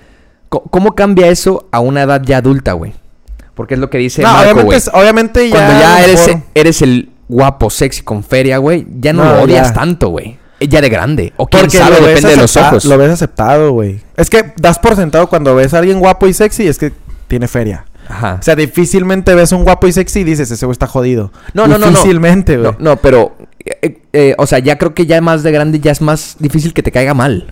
Speaker 1: Co- ¿Cómo cambia eso a una edad ya adulta, güey? Porque es lo que dice
Speaker 2: güey. No,
Speaker 1: Marco,
Speaker 2: obviamente,
Speaker 1: güey.
Speaker 2: es- obviamente ya.
Speaker 1: Cuando ya
Speaker 2: a lo
Speaker 1: eres, e-
Speaker 2: mejor-
Speaker 1: eres el guapo sexy con feria, güey, ya no,
Speaker 2: No,
Speaker 1: lo odias
Speaker 2: ya.
Speaker 1: tanto, güey. Eh, ya de grande. O quién sabe,
Speaker 2: ves
Speaker 1: depende de los
Speaker 2: acepta-
Speaker 1: ojos.
Speaker 2: Lo ves aceptado, güey. Es que das por sentado cuando ves a alguien guapo y sexy, es que tiene feria.
Speaker 1: Ajá.
Speaker 2: O sea, difícilmente ves un guapo y sexy y dices, ese güey está jodido.
Speaker 1: No, no, no, no.
Speaker 2: Difícilmente, güey.
Speaker 1: No, no, pero. eh, eh, o sea, ya creo que ya más de grande ya es más difícil que te caiga mal.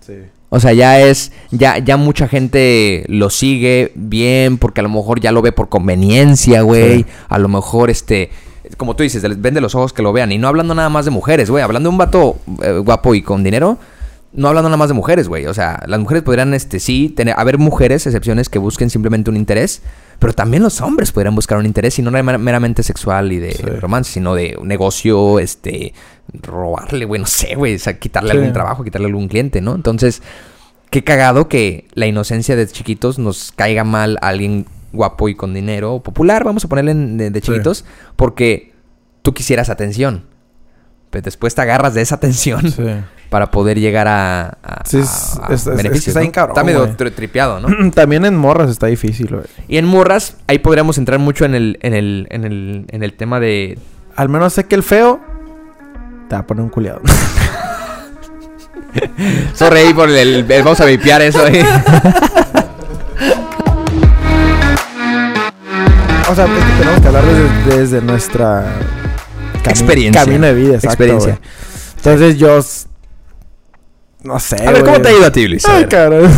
Speaker 2: Sí.
Speaker 1: O sea, ya es. Ya, ya mucha gente lo sigue bien porque a lo mejor ya lo ve por conveniencia, güey.
Speaker 2: Sí.
Speaker 1: A lo mejor este. Como tú dices, les vende los ojos que lo vean. Y no hablando nada más de mujeres, güey. Hablando de un vato eh, guapo y con dinero. No hablando nada más de mujeres, güey. O sea, las mujeres podrían, este, sí, tener, haber mujeres, excepciones que busquen simplemente un interés, pero también los hombres podrían buscar un interés, y no mer- meramente sexual y de
Speaker 2: Sí.
Speaker 1: romance, sino de un negocio, este, robarle, güey, no sé, güey, o sea, quitarle
Speaker 2: Sí.
Speaker 1: algún trabajo, quitarle algún cliente, ¿no? Entonces, qué cagado que la inocencia de chiquitos nos caiga mal a alguien guapo y con dinero, o popular, vamos a ponerle en- de, de
Speaker 2: Sí.
Speaker 1: chiquitos, porque tú quisieras atención. Pero después te agarras de esa atención
Speaker 2: [laughs] Sí.
Speaker 1: [laughs] para poder llegar a, a-
Speaker 2: Sí, es-
Speaker 1: a- a
Speaker 2: es- es-
Speaker 1: beneficios,
Speaker 2: es que está
Speaker 1: ¿no?
Speaker 2: bien cabrón,
Speaker 1: Está medio
Speaker 2: güey.
Speaker 1: tri- tripeado, ¿no?
Speaker 2: [clears throat] También en morras está difícil, güey.
Speaker 1: y en morras, ahí podríamos entrar mucho en el, en el, en el, en el tema de...
Speaker 2: Al menos sé que el feo te va a poner un culiado. [laughs]
Speaker 1: Sorry ahí por el, el- el- Vamos a vipear eso, eh. [laughs]
Speaker 2: o sea, es que tenemos que hablar desde, desde nuestra cami-
Speaker 1: Experiencia.
Speaker 2: Camino de vida, exacto,
Speaker 1: Experiencia.
Speaker 2: güey. Entonces yo. s- No sé.
Speaker 1: A ver, ¿cómo
Speaker 2: güey.
Speaker 1: te ha ido a ti, Luis? A
Speaker 2: Ay,
Speaker 1: ver.
Speaker 2: cabrón.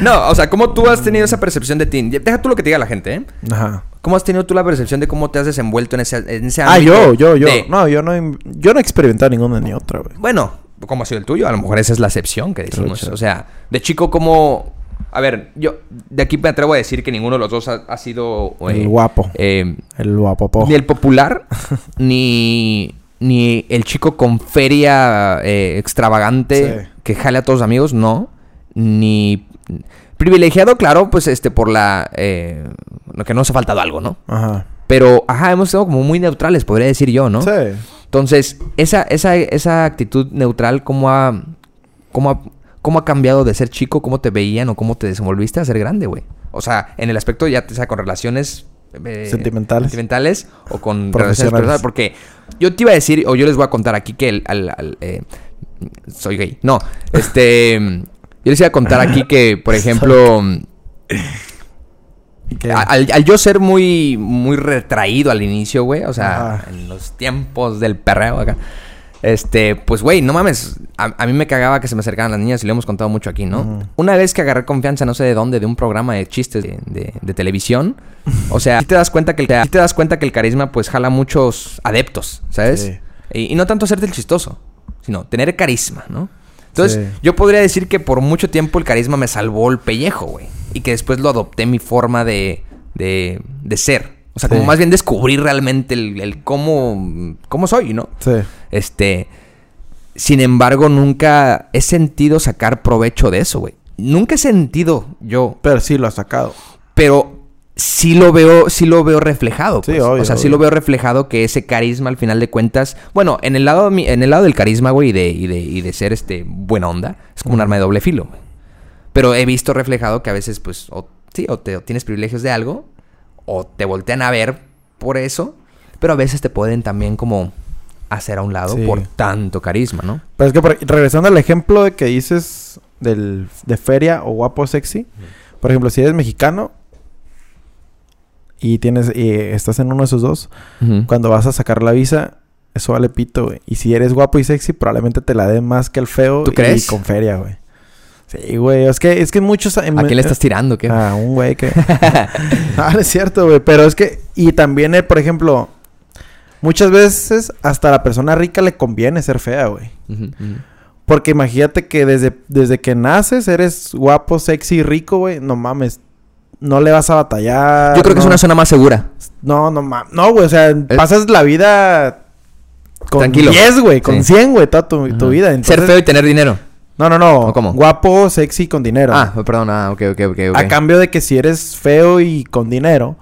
Speaker 1: [laughs] no, o sea, ¿cómo tú has tenido esa percepción de ti? Deja tú lo que te diga la gente, ¿eh?
Speaker 2: Ajá.
Speaker 1: ¿Cómo has tenido tú la percepción de cómo te has desenvuelto en ese, en ese
Speaker 2: Ah,
Speaker 1: ámbito?
Speaker 2: yo, yo, yo.
Speaker 1: de-
Speaker 2: No, yo no, he- yo no he experimentado ninguna ni otra, güey.
Speaker 1: Bueno, ¿cómo ha sido el tuyo? A lo mejor esa es la excepción que decimos.
Speaker 2: Trucha.
Speaker 1: O sea, de chico, ¿cómo...? A ver, yo de aquí me atrevo a decir que ninguno de los dos ha, ha sido... eh,
Speaker 2: El guapo.
Speaker 1: eh,
Speaker 2: El guapopo.
Speaker 1: Ni el
Speaker 2: [laughs]
Speaker 1: popular, ni, ni el chico con feria eh, extravagante
Speaker 2: Sí.
Speaker 1: que jale a todos los amigos, no. Ni privilegiado, claro, pues este, por la. eh, lo que nos ha faltado algo, ¿no?
Speaker 2: Ajá.
Speaker 1: Pero, ajá, hemos estado como muy neutrales, podría decir yo, ¿no?
Speaker 2: Sí.
Speaker 1: Entonces, esa, esa, esa actitud neutral, ¿cómo ha, cómo, ha, ¿cómo ha cambiado de ser chico? ¿Cómo te veían o cómo te desenvolviste a ser grande, güey? O sea, en el aspecto ya te- sea con relaciones... eh,
Speaker 2: Sentimentales.
Speaker 1: Sentimentales o con relaciones
Speaker 2: Profesionales.
Speaker 1: personales. Porque yo te iba a decir, o yo les voy a contar aquí que el, al, al, eh, soy gay. No, este... yo les iba a contar aquí que,
Speaker 2: [laughs]
Speaker 1: por ejemplo...
Speaker 2: ¿Qué?
Speaker 1: A- Al, al yo ser muy, muy retraído al inicio, güey, o sea,
Speaker 2: Ajá.
Speaker 1: en los tiempos del perreo acá. Este, pues, güey, no mames. A, a mí me cagaba que se me acercaran las niñas y lo hemos contado mucho aquí, ¿no?
Speaker 2: Ujú.
Speaker 1: Una vez que agarré confianza, no sé de dónde, de un programa de chistes de, de- de televisión. O sea, sí te das cuenta que el, sí te das cuenta que el carisma, pues, jala muchos adeptos, ¿sabes?
Speaker 2: Sí.
Speaker 1: Y, y no tanto hacerte el chistoso, sino tener carisma, ¿no? Entonces,
Speaker 2: Sí.
Speaker 1: yo podría decir que por mucho tiempo el carisma me salvó el pellejo, güey. Y que después lo adopté mi forma de, de, de ser. O sea, como
Speaker 2: Sí.
Speaker 1: más bien descubrir realmente el, el cómo, cómo soy, ¿no?
Speaker 2: Sí.
Speaker 1: Este. Sin embargo, nunca he sentido sacar provecho de eso, güey. Nunca he sentido yo.
Speaker 2: Pero sí lo has sacado.
Speaker 1: Pero sí lo veo, sí lo veo reflejado.
Speaker 2: Sí,
Speaker 1: pues.
Speaker 2: obvio,
Speaker 1: o sea, sí
Speaker 2: obvio.
Speaker 1: lo veo reflejado que ese carisma, al final de cuentas. Bueno, en el lado, mi- en el lado del carisma, güey, y de, y de, y de ser este buena onda, es como un arma de doble filo, güey. Pero he visto reflejado que a veces, pues, o, sí, o, te, o tienes privilegios de algo, o te voltean a ver por eso, pero a veces te pueden también como hacer a un lado
Speaker 2: Sí.
Speaker 1: por tanto carisma, ¿no?
Speaker 2: Pero es que por- regresando al ejemplo de que dices del, de feria o guapo sexy, por ejemplo, si eres mexicano y tienes y estás en uno de esos dos, cuando vas a sacar la visa, eso vale pito, güey. Y si eres guapo y sexy, probablemente te la den más que el feo
Speaker 1: ¿Tú
Speaker 2: y
Speaker 1: crees?
Speaker 2: con feria, güey. Sí, güey, es que es que muchos en-
Speaker 1: ¿A quién le estás tirando? ¿Qué? [laughs]
Speaker 2: Ah, un güey que. ah, no es cierto, güey. Pero es que. Y también, eh, por ejemplo, muchas veces hasta a la persona rica le conviene ser fea, güey.
Speaker 1: Ujú, ujú.
Speaker 2: Porque imagínate que desde, desde que naces eres guapo, sexy y rico, güey. No mames. No le vas a batallar.
Speaker 1: Yo creo que es
Speaker 2: Ah, no-
Speaker 1: una zona más segura.
Speaker 2: No, no mames. No, güey. O sea, pasas la vida. Con
Speaker 1: Tranquilo.
Speaker 2: 10, güey. Con
Speaker 1: Sí.
Speaker 2: 100, güey. Toda tu, tu
Speaker 1: Ajá.
Speaker 2: vida.
Speaker 1: Ser
Speaker 2: Entonces-
Speaker 1: feo y tener dinero.
Speaker 2: No, no, no.
Speaker 1: ¿O cómo?
Speaker 2: Guapo, sexy y con dinero.
Speaker 1: Ah, perdón, ah, ok, ok, ok. ok.
Speaker 2: A cambio de que si eres feo y con dinero,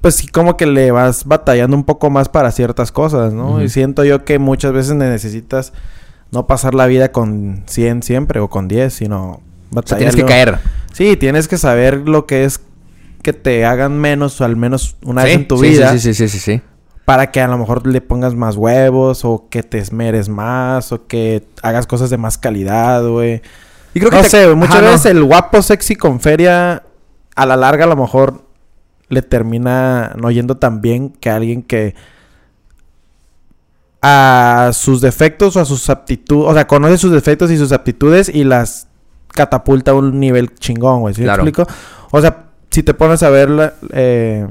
Speaker 2: pues sí como que le vas batallando un poco más para ciertas cosas, ¿no?
Speaker 1: Ujú.
Speaker 2: Y siento yo que muchas veces necesitas no pasar la vida con 100 siempre o con 10, sino
Speaker 1: O sea,
Speaker 2: batallar.
Speaker 1: tienes que caer.
Speaker 2: Sí, tienes que saber lo que es que te hagan menos o al menos una
Speaker 1: Sí,
Speaker 2: vez en tu
Speaker 1: sí,
Speaker 2: vida
Speaker 1: Sí, sí, sí, sí, sí.
Speaker 2: para que a lo mejor le pongas más huevos o que te esmeres más o que hagas cosas de más calidad, güey.
Speaker 1: Y creo que
Speaker 2: no
Speaker 1: te-
Speaker 2: sé, muchas
Speaker 1: Ajá, no.
Speaker 2: veces el guapo sexy con feria a la larga a lo mejor le termina no yendo tan bien que alguien que a sus defectos o a sus aptitudes, o sea, conoce sus defectos y sus aptitudes y las catapulta a un nivel chingón, güey. ¿Sí me
Speaker 1: Claro.
Speaker 2: explico? O sea, si te pones a ver, la- eh,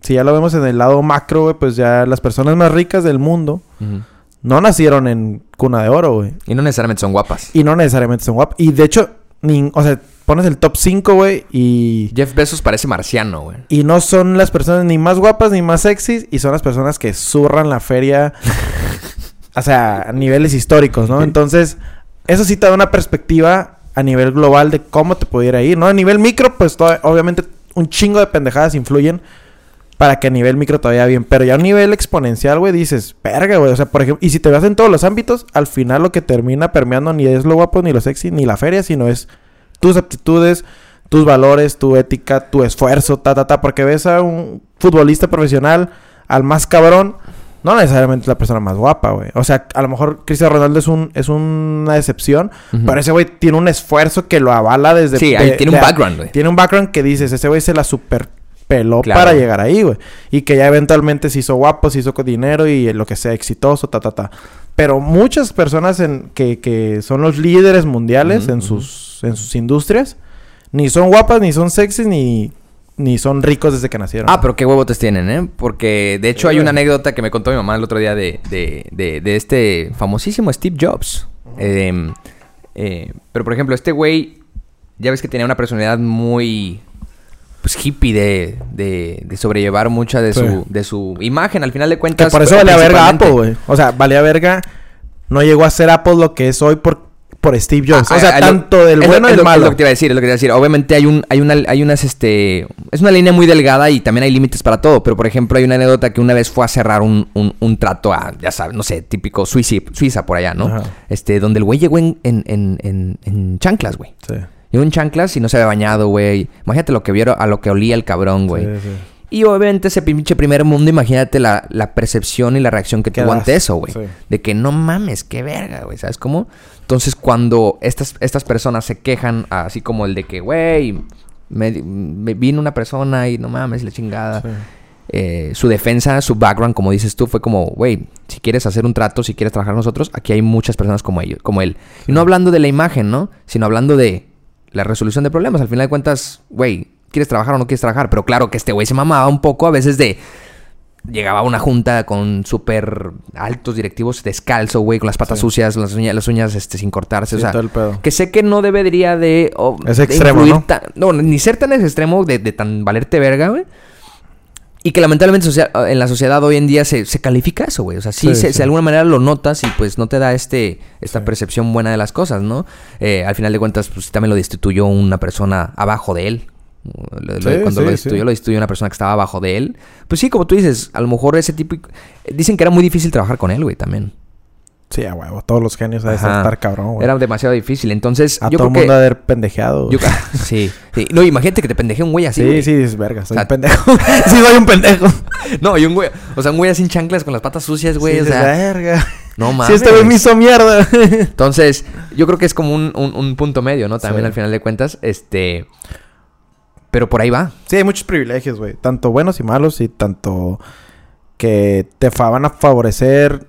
Speaker 2: si ya lo vemos en el lado macro, güey, pues ya las personas más ricas del mundo
Speaker 1: Ujú.
Speaker 2: no nacieron en cuna de oro, güey.
Speaker 1: Y no necesariamente son guapas.
Speaker 2: Y no necesariamente son guapos. Y de hecho, nin- o sea, pones el top 5, güey, y,
Speaker 1: Jeff Bezos parece marciano, güey.
Speaker 2: y no son las personas ni más guapas ni más sexys, y son las personas que zurran la feria, o sea, a niveles históricos, ¿no? Entonces, eso sí te da una perspectiva a nivel global de cómo te pudiera ir, ¿no? A nivel micro, pues to- obviamente un chingo de pendejadas influyen. Para que a nivel micro todavía bien. Pero ya a un nivel exponencial, güey, dices, verga, güey. O sea, por ejemplo, y si te vas en todos los ámbitos, al final lo que termina permeando ni es lo guapo, ni lo sexy, ni la feria, sino es tus aptitudes, tus valores, tu ética, tu esfuerzo, ta, ta, ta. Porque ves a un futbolista profesional, al más cabrón, no necesariamente es la persona más guapa, güey. O sea, a lo mejor Cristiano Ronaldo es, un, es una excepción,
Speaker 1: Ujú.
Speaker 2: pero ese güey tiene un esfuerzo que lo avala desde.
Speaker 1: Sí, ahí tiene un background, güey.
Speaker 2: Tiene un background que dices, ese güey se la super peló
Speaker 1: Claro.
Speaker 2: para llegar ahí, güey. Y que ya eventualmente se hizo guapo, se hizo con dinero y lo que sea, exitoso, ta, ta, ta. Pero muchas personas en, que, que son los líderes mundiales
Speaker 1: Ujú,
Speaker 2: en,
Speaker 1: ujú.
Speaker 2: sus, en sus industrias, ni son guapas, ni son sexys, ni, ni son ricos desde que nacieron.
Speaker 1: Ah, pero qué huevotes tienen, ¿eh? Porque de hecho
Speaker 2: Sí,
Speaker 1: hay una
Speaker 2: güey.
Speaker 1: anécdota que me contó mi mamá el otro día de, de, de- de este famosísimo Steve Jobs. Eh, eh, pero por ejemplo, este güey, ya ves que tenía una personalidad muy pues hippie de, de, de sobrellevar mucha de,
Speaker 2: Sí.
Speaker 1: su, de su imagen, al final de
Speaker 2: Que
Speaker 1: cuentas.
Speaker 2: por eso valía verga
Speaker 1: principalmente.
Speaker 2: Apple, güey. O sea, valía verga. No llegó a ser Apple lo que es hoy por, por Steve Jobs.
Speaker 1: Ah,
Speaker 2: o sea,
Speaker 1: ah, lo-
Speaker 2: tanto del
Speaker 1: es lo-
Speaker 2: bueno y
Speaker 1: es
Speaker 2: del
Speaker 1: lo- Es
Speaker 2: malo.
Speaker 1: lo que te iba a decir, es lo que te iba a decir. Obviamente hay un, hay una, hay unas, este, es una línea muy delgada y también hay límites para todo. Pero por ejemplo hay una anécdota que una vez fue a cerrar un, un, un trato a, ya sabes, no sé, típico Suiza, Suiza por allá, ¿no?
Speaker 2: Ajá.
Speaker 1: Este, donde el güey llegó en, en, en, en, en chanclas, güey.
Speaker 2: Sí.
Speaker 1: Llegó en chanclas y no se había bañado, güey. Imagínate lo que vieron, a lo que olía el cabrón, güey.
Speaker 2: Sí, sí.
Speaker 1: Y obviamente ese pinche primer mundo, imagínate la, la percepción y la reacción que
Speaker 2: ¿Qué
Speaker 1: tuvo
Speaker 2: das?
Speaker 1: ante eso, güey.
Speaker 2: Sí.
Speaker 1: De que no mames, qué verga, güey. ¿Sabes cómo? Entonces cuando estas, estas personas se quejan, así como el de que, güey, me, me vino una persona y no mames, la chingada.
Speaker 2: Sí.
Speaker 1: Eh, su defensa, su background, como dices tú, fue como, güey, si quieres hacer un trato, si quieres trabajar con nosotros, aquí hay muchas personas como ellos, como él. Y no hablando de la imagen, ¿no? Sino hablando de la resolución de problemas. Al final de cuentas, güey, ¿quieres trabajar o no quieres trabajar? Pero claro que este güey se mamaba un poco a veces de... Llegaba a una junta con súper altos directivos descalzo, güey, con las patas
Speaker 2: Sí.
Speaker 1: sucias, las uñas, las uñas este, sin cortarse.
Speaker 2: Sí,
Speaker 1: o sea,
Speaker 2: todo el pedo.
Speaker 1: que sé que no debería de... o-
Speaker 2: Es
Speaker 1: de
Speaker 2: extremo,
Speaker 1: influir
Speaker 2: ¿no?
Speaker 1: tan- no, ni ser tan extremo de, de tan valerte verga, güey. Y que lamentablemente socia- en la sociedad hoy en día se, se califica eso, güey. O sea, sí,
Speaker 2: Sí,
Speaker 1: se-
Speaker 2: sí.
Speaker 1: si de alguna manera lo notas y pues no te da este esta
Speaker 2: Sí.
Speaker 1: percepción buena de las cosas, ¿no? Eh, al final de cuentas, pues también lo destituyó una persona abajo de él. Lo- lo-
Speaker 2: Sí,
Speaker 1: cuando
Speaker 2: sí,
Speaker 1: lo destituyó,
Speaker 2: sí.
Speaker 1: lo destituyó una persona que estaba abajo de él. Pues sí, como tú dices, a lo mejor ese tipo... Dicen que era muy difícil trabajar con él, güey, también.
Speaker 2: Sí, a huevo. Todos los genios han de
Speaker 1: Ajá.
Speaker 2: estar cabrón, güey.
Speaker 1: Era demasiado difícil. Entonces,
Speaker 2: A
Speaker 1: yo creo
Speaker 2: todo el
Speaker 1: que...
Speaker 2: mundo ha de haber pendejeado. güey.
Speaker 1: yo-
Speaker 2: [laughs]
Speaker 1: sí, sí. No, imagínate que te pendeje un güey así,
Speaker 2: Pues. Sí, sí,
Speaker 1: güey.
Speaker 2: es verga. Soy
Speaker 1: O sea, [laughs]
Speaker 2: un pendejo. sí, soy un pendejo.
Speaker 1: No, y un güey... O sea, un güey así en chanclas con las patas sucias, güey.
Speaker 2: Sí,
Speaker 1: o
Speaker 2: es
Speaker 1: sea...
Speaker 2: verga.
Speaker 1: No
Speaker 2: Si
Speaker 1: mames.
Speaker 2: este güey me hizo mierda. [laughs] sí,
Speaker 1: Entonces, yo creo que es como un, un- un punto medio, ¿no? También
Speaker 2: Sí.
Speaker 1: al final de cuentas, este... Pero por ahí va.
Speaker 2: hay muchos privilegios, güey. Tanto buenos y malos y tanto que te fa- van a favorecer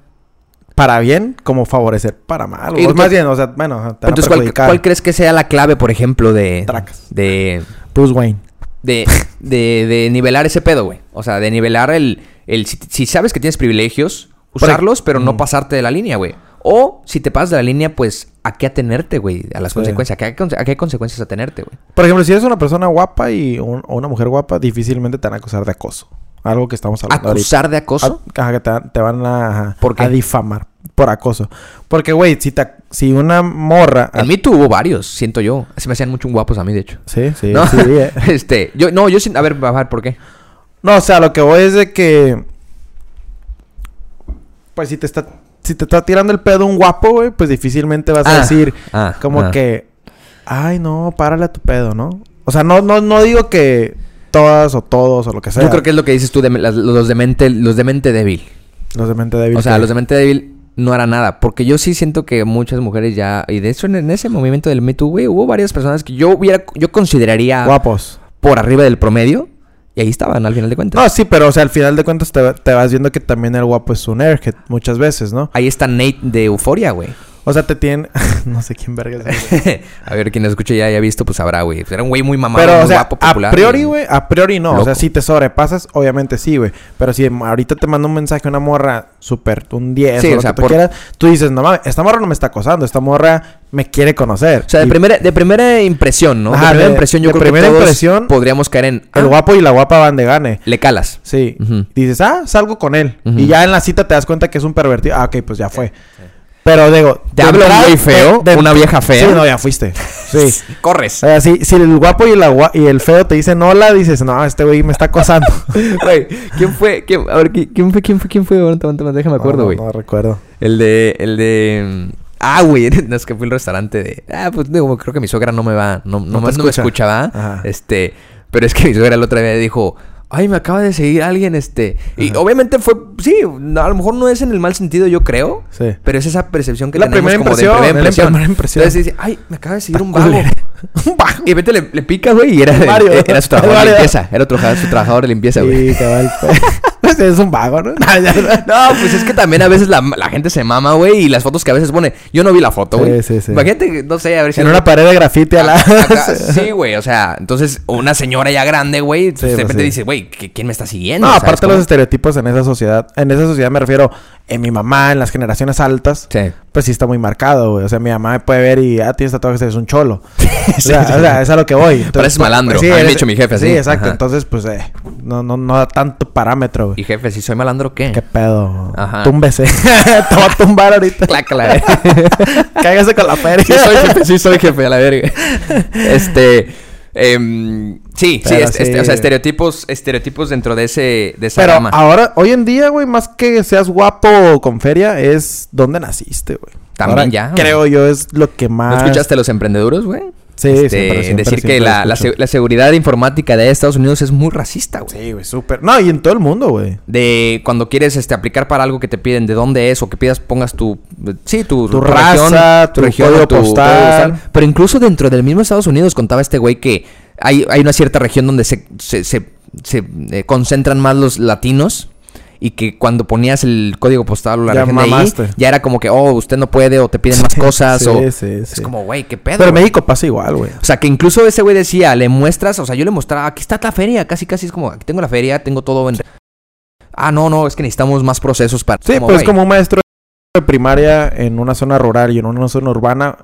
Speaker 2: para bien como favorecer para mal.
Speaker 1: Y
Speaker 2: O
Speaker 1: tú-
Speaker 2: más bien, o sea, bueno, ajá, te van a
Speaker 1: Entonces, ¿cuál,
Speaker 2: perjudicar.
Speaker 1: cuál crees que sea la clave, por ejemplo, de...
Speaker 2: Tracas.
Speaker 1: De,
Speaker 2: Bruce Wayne.
Speaker 1: de, de, de nivelar ese pedo, güey. O sea, de nivelar el... el si, si sabes que tienes privilegios,
Speaker 2: Por ahí-
Speaker 1: usarlos, pero no
Speaker 2: Mm.
Speaker 1: pasarte de la línea, güey. O si te pasas de la línea, pues, ¿a qué atenerte, güey? A las
Speaker 2: Sí.
Speaker 1: consecuencias. ¿A qué, conse- a qué consecuencias atenerte, güey?
Speaker 2: Por ejemplo, si eres una persona guapa y un- o una mujer guapa, difícilmente te van a acusar de acoso. Algo que estamos hablando ahorita.
Speaker 1: ¿Acusar de acoso?
Speaker 2: Ah, Ajá, que te, te van a, ajá,
Speaker 1: ¿Por qué?
Speaker 2: a difamar por acoso. Porque, güey, si, te- si una morra...
Speaker 1: En mí tuvo varios, siento yo. Se me hacían mucho guapos a mí, de hecho.
Speaker 2: Sí, sí,
Speaker 1: ¿No?
Speaker 2: sí. eh.
Speaker 1: [laughs] Este, yo, no, yo sin. A ver, bajar, ¿por qué?
Speaker 2: No, o sea, lo que voy es de que... Pues si te está, si te está tirando el pedo un guapo, güey, pues difícilmente vas
Speaker 1: Ah,
Speaker 2: a decir
Speaker 1: ah,
Speaker 2: como
Speaker 1: ah.
Speaker 2: que... Ay, no, párale a tu pedo, ¿no? O sea, no, no, no digo que... todas o todos o lo que sea.
Speaker 1: Yo creo que es lo que dices tú de las- los de mente, los de mente débil.
Speaker 2: Los de mente débil.
Speaker 1: O sea,
Speaker 2: que-
Speaker 1: los de mente débil no hará nada. Porque yo sí siento que muchas mujeres ya. Y de hecho, en, en ese movimiento del Me Too, güey, hubo varias personas que yo hubiera, yo consideraría
Speaker 2: Guapos.
Speaker 1: por arriba del promedio. Y ahí estaban, al final de cuentas.
Speaker 2: No, sí, pero o sea, al final de cuentas te, va- te vas viendo que también el guapo es un airhead muchas veces, ¿no?
Speaker 1: Ahí está Nate de Euforia, güey. [laughs]
Speaker 2: O sea, te tienen... [laughs] no sé quién verga es. ese.
Speaker 1: a ver, quien lo escuche ya haya visto, pues sabrá, güey. Era un güey muy mamado,
Speaker 2: Pero,
Speaker 1: muy
Speaker 2: o sea,
Speaker 1: guapo,
Speaker 2: a
Speaker 1: popular.
Speaker 2: priori, güey, a priori no. O sea,
Speaker 1: Loco.
Speaker 2: si te sobrepasas, obviamente sí, güey. Pero si ahorita te manda un mensaje una morra súper, un 10,
Speaker 1: Sí,
Speaker 2: o
Speaker 1: o
Speaker 2: lo
Speaker 1: sea,
Speaker 2: que tú
Speaker 1: por-
Speaker 2: quieras, tú dices, no mames, esta morra no me está acosando, esta morra me quiere conocer.
Speaker 1: O sea, de
Speaker 2: Y
Speaker 1: primera, de primera impresión, ¿no?
Speaker 2: Ajá,
Speaker 1: de primera
Speaker 2: de-
Speaker 1: impresión, yo
Speaker 2: de
Speaker 1: creo
Speaker 2: primera
Speaker 1: que todos
Speaker 2: impresión,
Speaker 1: podríamos caer en. "Ah,
Speaker 2: El guapo y la guapa van de gane.
Speaker 1: Le calas.
Speaker 2: Sí.
Speaker 1: Ujú.
Speaker 2: Dices, ah, salgo con él.
Speaker 1: Ujú.
Speaker 2: Y ya en la cita te das cuenta que es un pervertido. Ah, ok, pues ya fue. Pero digo,
Speaker 1: Te
Speaker 2: de
Speaker 1: habla un
Speaker 2: entrada-
Speaker 1: güey feo,
Speaker 2: de- de-
Speaker 1: una vieja fea.
Speaker 2: Sí, no, ya fuiste. [laughs] Sí.
Speaker 1: Corres.
Speaker 2: O sea, si, si el guapo y, la gua- y el feo te dicen hola, dices, no, este güey me está [laughs] acosando.
Speaker 1: [laughs] Güey, ¿quién fue? ¿Quién- a ver, ¿qui- ¿quién fue? ¿Quién fue? ¿Quién fue? Aguanta, aguanta, aguanta, déjame acuerdo,
Speaker 2: No,
Speaker 1: güey.
Speaker 2: No, no recuerdo.
Speaker 1: El de, el de... Ah, güey, [laughs] no, es que fue el restaurante de... Ah, pues digo, creo que mi suegra no me va, no,
Speaker 2: te
Speaker 1: nomás no me
Speaker 2: escucha.
Speaker 1: escucha, ¿va?
Speaker 2: Ajá.
Speaker 1: Este, pero es que [laughs] mi suegra la otra vez dijo... Ay, me acaba de seguir alguien, este... Y obviamente fue... Sí, no, a lo mejor no es en el mal sentido, yo creo.
Speaker 2: Sí.
Speaker 1: Pero es esa percepción que
Speaker 2: La
Speaker 1: tenemos
Speaker 2: primera
Speaker 1: como de
Speaker 2: impresión, es la
Speaker 1: primera impresión.
Speaker 2: primera impresión.
Speaker 1: Entonces dice, ay, me acaba de seguir un
Speaker 2: Está
Speaker 1: vago.
Speaker 2: culero.
Speaker 1: [laughs] un vago. Y de repente le, le pica, güey, y era, de-
Speaker 2: Mario.
Speaker 1: era
Speaker 2: [laughs]
Speaker 1: su trabajador de
Speaker 2: Mario.
Speaker 1: limpieza. Era otro, su trabajador de limpieza, güey.
Speaker 2: Sí, cabal. [laughs]
Speaker 1: [laughs]
Speaker 2: Pues, es un vago, [laughs] ¿no?
Speaker 1: No,
Speaker 2: [laughs]
Speaker 1: pues es que también a veces la, la gente se mama, güey, y las fotos que a veces pone. Yo no vi la foto, güey.
Speaker 2: Sí, sí, sí.
Speaker 1: Imagínate, que, no sé, a ver si.
Speaker 2: pues, en una pared de grafiti a la... [laughs]
Speaker 1: Acá- acá- sí, güey, o sea, entonces una señora ya grande, güey,
Speaker 2: Sí,
Speaker 1: de
Speaker 2: pues,
Speaker 1: repente
Speaker 2: sí.
Speaker 1: dice, güey, ¿qué- ¿quién me está siguiendo?
Speaker 2: No,
Speaker 1: ¿Sabes
Speaker 2: aparte
Speaker 1: cómo?
Speaker 2: los estereotipos en esa sociedad. En esa sociedad me refiero en mi mamá, en las generaciones altas.
Speaker 1: Sí.
Speaker 2: Pues sí está muy marcado, güey. O sea, mi mamá me puede ver y, ah, tienes tatuajes, eres un
Speaker 1: [laughs]
Speaker 2: cholo. o, sea, o sea, es a lo que voy. Entonces,
Speaker 1: Pareces malandro. A mí me ha
Speaker 2: eres-
Speaker 1: dicho mi jefe así.
Speaker 2: Sí, exacto.
Speaker 1: Ajá.
Speaker 2: Entonces, pues, eh, no, no, no da tanto parámetro,
Speaker 1: Y
Speaker 2: güey.
Speaker 1: jefe, si soy malandro, ¿qué?
Speaker 2: ¿Qué pedo?
Speaker 1: Ajá.
Speaker 2: Túmbese. [laughs] Te va a tumbar ahorita.
Speaker 1: Clácala, eh.
Speaker 2: [laughs] Cáigase con la feria.
Speaker 1: [laughs] sí soy jefe, sí soy jefe, a la
Speaker 2: [laughs]
Speaker 1: verga. Este... em, sí, sí,
Speaker 2: Pero
Speaker 1: es- este, o
Speaker 2: sí.
Speaker 1: sea, estereotipos, estereotipos dentro de ese, de esa
Speaker 2: Pero
Speaker 1: gama.
Speaker 2: ahora, hoy en día, güey, más que seas guapo o con feria, es dónde naciste, güey.
Speaker 1: También
Speaker 2: Ahora,
Speaker 1: ya, güey.
Speaker 2: Creo yo es lo que más.
Speaker 1: ¿No escuchaste a los emprendeduros, güey?
Speaker 2: Ah, Sí,
Speaker 1: Este,
Speaker 2: siempre, siempre,
Speaker 1: Decir
Speaker 2: siempre
Speaker 1: que
Speaker 2: lo
Speaker 1: la, la
Speaker 2: escucho.
Speaker 1: se- la seguridad informática de Estados Unidos es muy racista, güey.
Speaker 2: Sí, güey, súper. No, y en todo el mundo, güey.
Speaker 1: De cuando quieres este, aplicar para algo que te piden de dónde es o que pidas, pongas tu. Sí, tu,
Speaker 2: Tu raza, tu código postal.
Speaker 1: Pero incluso dentro del mismo Estados Unidos contaba este güey que hay, hay una cierta región donde se, se, se- se, eh, concentran más los latinos. Y que cuando ponías el código postal o la
Speaker 2: Ya
Speaker 1: región de ahí,
Speaker 2: mamaste.
Speaker 1: ya era como que, oh, usted no puede, o te piden más
Speaker 2: [laughs] Sí,
Speaker 1: cosas,
Speaker 2: sí,
Speaker 1: o...
Speaker 2: sí,
Speaker 1: Es
Speaker 2: sí.
Speaker 1: como, güey, qué pedo.
Speaker 2: Pero en
Speaker 1: güey?
Speaker 2: México pasa igual, güey.
Speaker 1: O sea, que incluso ese güey decía, le muestras, o sea, yo le mostraba, aquí está la feria, casi casi es como, aquí tengo la feria, tengo todo en... Ah, no, no, es que necesitamos más procesos para...
Speaker 2: Sí, pues
Speaker 1: güey,
Speaker 2: como un maestro de primaria en una zona rural y en una zona urbana,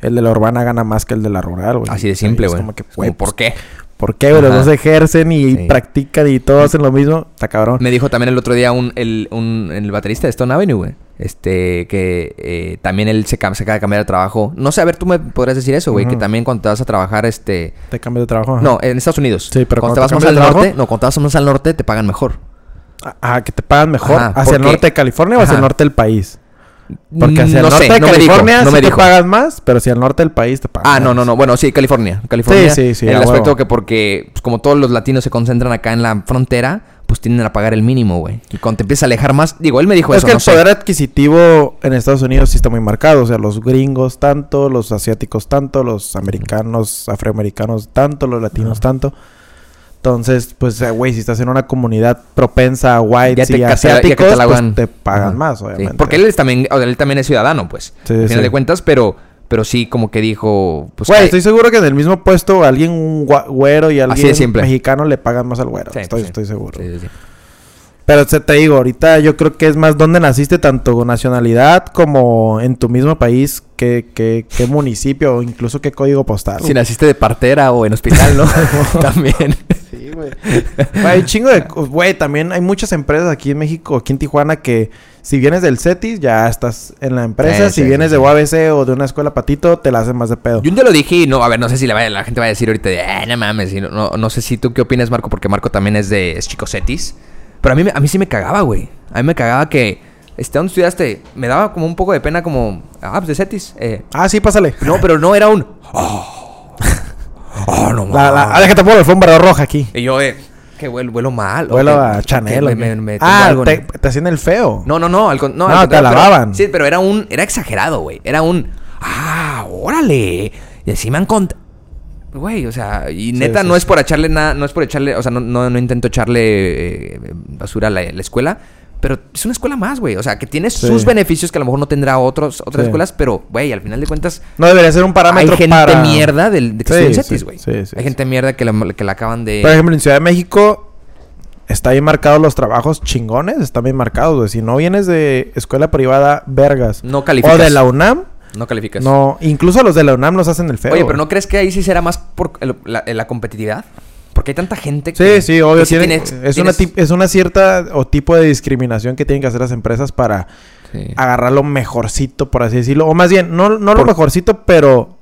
Speaker 2: el de la urbana gana más que el de la rural, güey.
Speaker 1: Así
Speaker 2: O
Speaker 1: de
Speaker 2: sea,
Speaker 1: simple,
Speaker 2: es
Speaker 1: güey.
Speaker 2: como que,
Speaker 1: Es
Speaker 2: güey, pues,
Speaker 1: como, ¿Por qué?
Speaker 2: [laughs] ¿por qué, güey? Los
Speaker 1: Ajá.
Speaker 2: dos ejercen y
Speaker 1: Sí. Mm.
Speaker 2: practican y todos hacen lo mismo. Está cabrón.
Speaker 1: Me dijo también el otro día un, el, un- el baterista de Stone Avenue, güey. Este, que eh, también él se, cam- se acaba de cambiar de trabajo. No sé, a ver, tú me podrás decir eso, güey, que
Speaker 2: Ujú.
Speaker 1: también cuando te vas a trabajar, este...
Speaker 2: Te cambias de trabajo. ajá.
Speaker 1: No, en Estados Unidos.
Speaker 2: Sí, pero
Speaker 1: cuando, te
Speaker 2: cuando te
Speaker 1: vas más
Speaker 2: cambias
Speaker 1: al
Speaker 2: de trabajo-
Speaker 1: norte, no, cuando te vas más al norte te pagan mejor.
Speaker 2: Ah, que te pagan mejor.
Speaker 1: Ajá,
Speaker 2: ¿Hacia el
Speaker 1: porque-
Speaker 2: norte de California o hacia
Speaker 1: Ajá.
Speaker 2: el norte del país? Porque hacia
Speaker 1: Mm, no
Speaker 2: el norte
Speaker 1: sé,
Speaker 2: de
Speaker 1: no me dijo,
Speaker 2: California
Speaker 1: no
Speaker 2: sí
Speaker 1: me
Speaker 2: te
Speaker 1: dijo.
Speaker 2: pagan más, pero hacia el norte del país te pagan
Speaker 1: Ah, no, no,
Speaker 2: menos.
Speaker 1: no. Bueno, sí, California. California.
Speaker 2: Sí, sí, sí,
Speaker 1: En el
Speaker 2: a
Speaker 1: aspecto
Speaker 2: huevo.
Speaker 1: que porque, pues, como todos los latinos se concentran acá en la frontera, pues tienden a pagar el mínimo, güey. Y cuando te empiezas a alejar más, digo, él me dijo
Speaker 2: es
Speaker 1: eso.
Speaker 2: que
Speaker 1: no
Speaker 2: el
Speaker 1: sé.
Speaker 2: poder adquisitivo en Estados Unidos sí está muy marcado. O sea, los gringos tanto, los asiáticos tanto, los americanos, afroamericanos tanto, los latinos tanto. Entonces, pues, eh, güey, si estás en una comunidad propensa a
Speaker 1: Ya
Speaker 2: whites
Speaker 1: te
Speaker 2: y
Speaker 1: casela- ya
Speaker 2: asiáticos,
Speaker 1: catalogan.
Speaker 2: pues te pagan
Speaker 1: Ajá.
Speaker 2: más,
Speaker 1: Sí,
Speaker 2: obviamente.
Speaker 1: porque él es también, o sea, él también es ciudadano, pues.
Speaker 2: Sí,
Speaker 1: al final
Speaker 2: sí.
Speaker 1: de cuentas, pero, pero sí, como que dijo, pues.
Speaker 2: Güey,
Speaker 1: que-
Speaker 2: estoy seguro que en el mismo puesto alguien un gua- güero y alguien
Speaker 1: simple.
Speaker 2: mexicano le pagan más al güero.
Speaker 1: Sí,
Speaker 2: estoy,
Speaker 1: sí.
Speaker 2: estoy seguro.
Speaker 1: Sí, sí, sí.
Speaker 2: Pero se te digo, ahorita yo creo que es más donde naciste, tanto con nacionalidad como en tu mismo país, qué, qué, qué municipio o incluso qué código postal.
Speaker 1: Si naciste de partera o en hospital,
Speaker 2: [laughs]
Speaker 1: ¿no? [laughs] también.
Speaker 2: Sí,
Speaker 1: [laughs]
Speaker 2: güey. Güey, Hay chingo de. co- Güey, también hay muchas empresas aquí en México, aquí en Tijuana, que si vienes del CETIS, ya estás en la empresa.
Speaker 1: Sí,
Speaker 2: si
Speaker 1: sí,
Speaker 2: vienes
Speaker 1: sí,
Speaker 2: de
Speaker 1: sí.
Speaker 2: UABC o de una escuela patito, te la hacen más de pedo.
Speaker 1: Yo un día lo dije y no, a ver, no sé si la, vaya- la gente va a decir ahorita de, "Ah, no mames, y no, no, no sé si tú qué opinas, Marco, porque Marco también es de es Chico Cetis. Pero a mí, me- a mí sí me cagaba, güey. A mí me cagaba que, este, ¿dónde estudiaste? Me daba como un poco de pena, como, ah, pues de Cetis. eh,
Speaker 2: Ah, sí, pásale.
Speaker 1: [laughs] no, pero no era un, Oh, no
Speaker 2: La, la, ah, déjate por la alfombra roja aquí.
Speaker 1: Y yo, eh, que vuelo, vuelo mal. o
Speaker 2: Vuelo
Speaker 1: que-
Speaker 2: a
Speaker 1: que
Speaker 2: Chanel.
Speaker 1: me-
Speaker 2: o
Speaker 1: me-
Speaker 2: qué.
Speaker 1: me tengo
Speaker 2: ah,
Speaker 1: algo
Speaker 2: te,
Speaker 1: en-
Speaker 2: te hacían el feo.
Speaker 1: No, no, no. al con- no,
Speaker 2: No,
Speaker 1: al
Speaker 2: te
Speaker 1: contrario, pero-
Speaker 2: alababan.
Speaker 1: sí, pero era un... Era exagerado, güey. Era un... Ah, órale. Y así me han contado... Güey, o sea, y neta
Speaker 2: sí,
Speaker 1: no
Speaker 2: sí.
Speaker 1: es por echarle nada, no es por echarle, o sea, no, no, no intento echarle eh, basura a la, la escuela, pero es una escuela más, güey, o sea, que tiene
Speaker 2: Sí.
Speaker 1: sus beneficios que a lo mejor no tendrá otros, otras
Speaker 2: Sí.
Speaker 1: escuelas, pero, güey, al final de cuentas,
Speaker 2: No debería ser un parámetro
Speaker 1: hay gente
Speaker 2: para...
Speaker 1: mierda del, de que
Speaker 2: Sí,
Speaker 1: estudia en
Speaker 2: sí,
Speaker 1: CETIS, güey.
Speaker 2: sí, sí,
Speaker 1: hay
Speaker 2: sí.
Speaker 1: gente mierda que la, que la acaban de...
Speaker 2: Por ejemplo, en Ciudad de México está bien marcados los trabajos chingones, están bien marcados, güey. Si no vienes de escuela privada, vergas.
Speaker 1: No calificas.
Speaker 2: O de la UNAM,
Speaker 1: no calificas.
Speaker 2: no. Incluso a los de la UNAM los hacen el feo.
Speaker 1: Oye, pero
Speaker 2: güey.
Speaker 1: ¿no crees que ahí sí será más por el- la, eh, la competitividad? Porque hay tanta gente
Speaker 2: Sí, sí, obvio.
Speaker 1: que sí
Speaker 2: tienen-
Speaker 1: tiene-
Speaker 2: es, una
Speaker 1: tienes-
Speaker 2: tip- es una cierta o tipo de discriminación que tienen que hacer las empresas para
Speaker 1: Sí.
Speaker 2: agarrar lo mejorcito, por así decirlo. O más bien, no, no lo
Speaker 1: Por-
Speaker 2: mejorcito, pero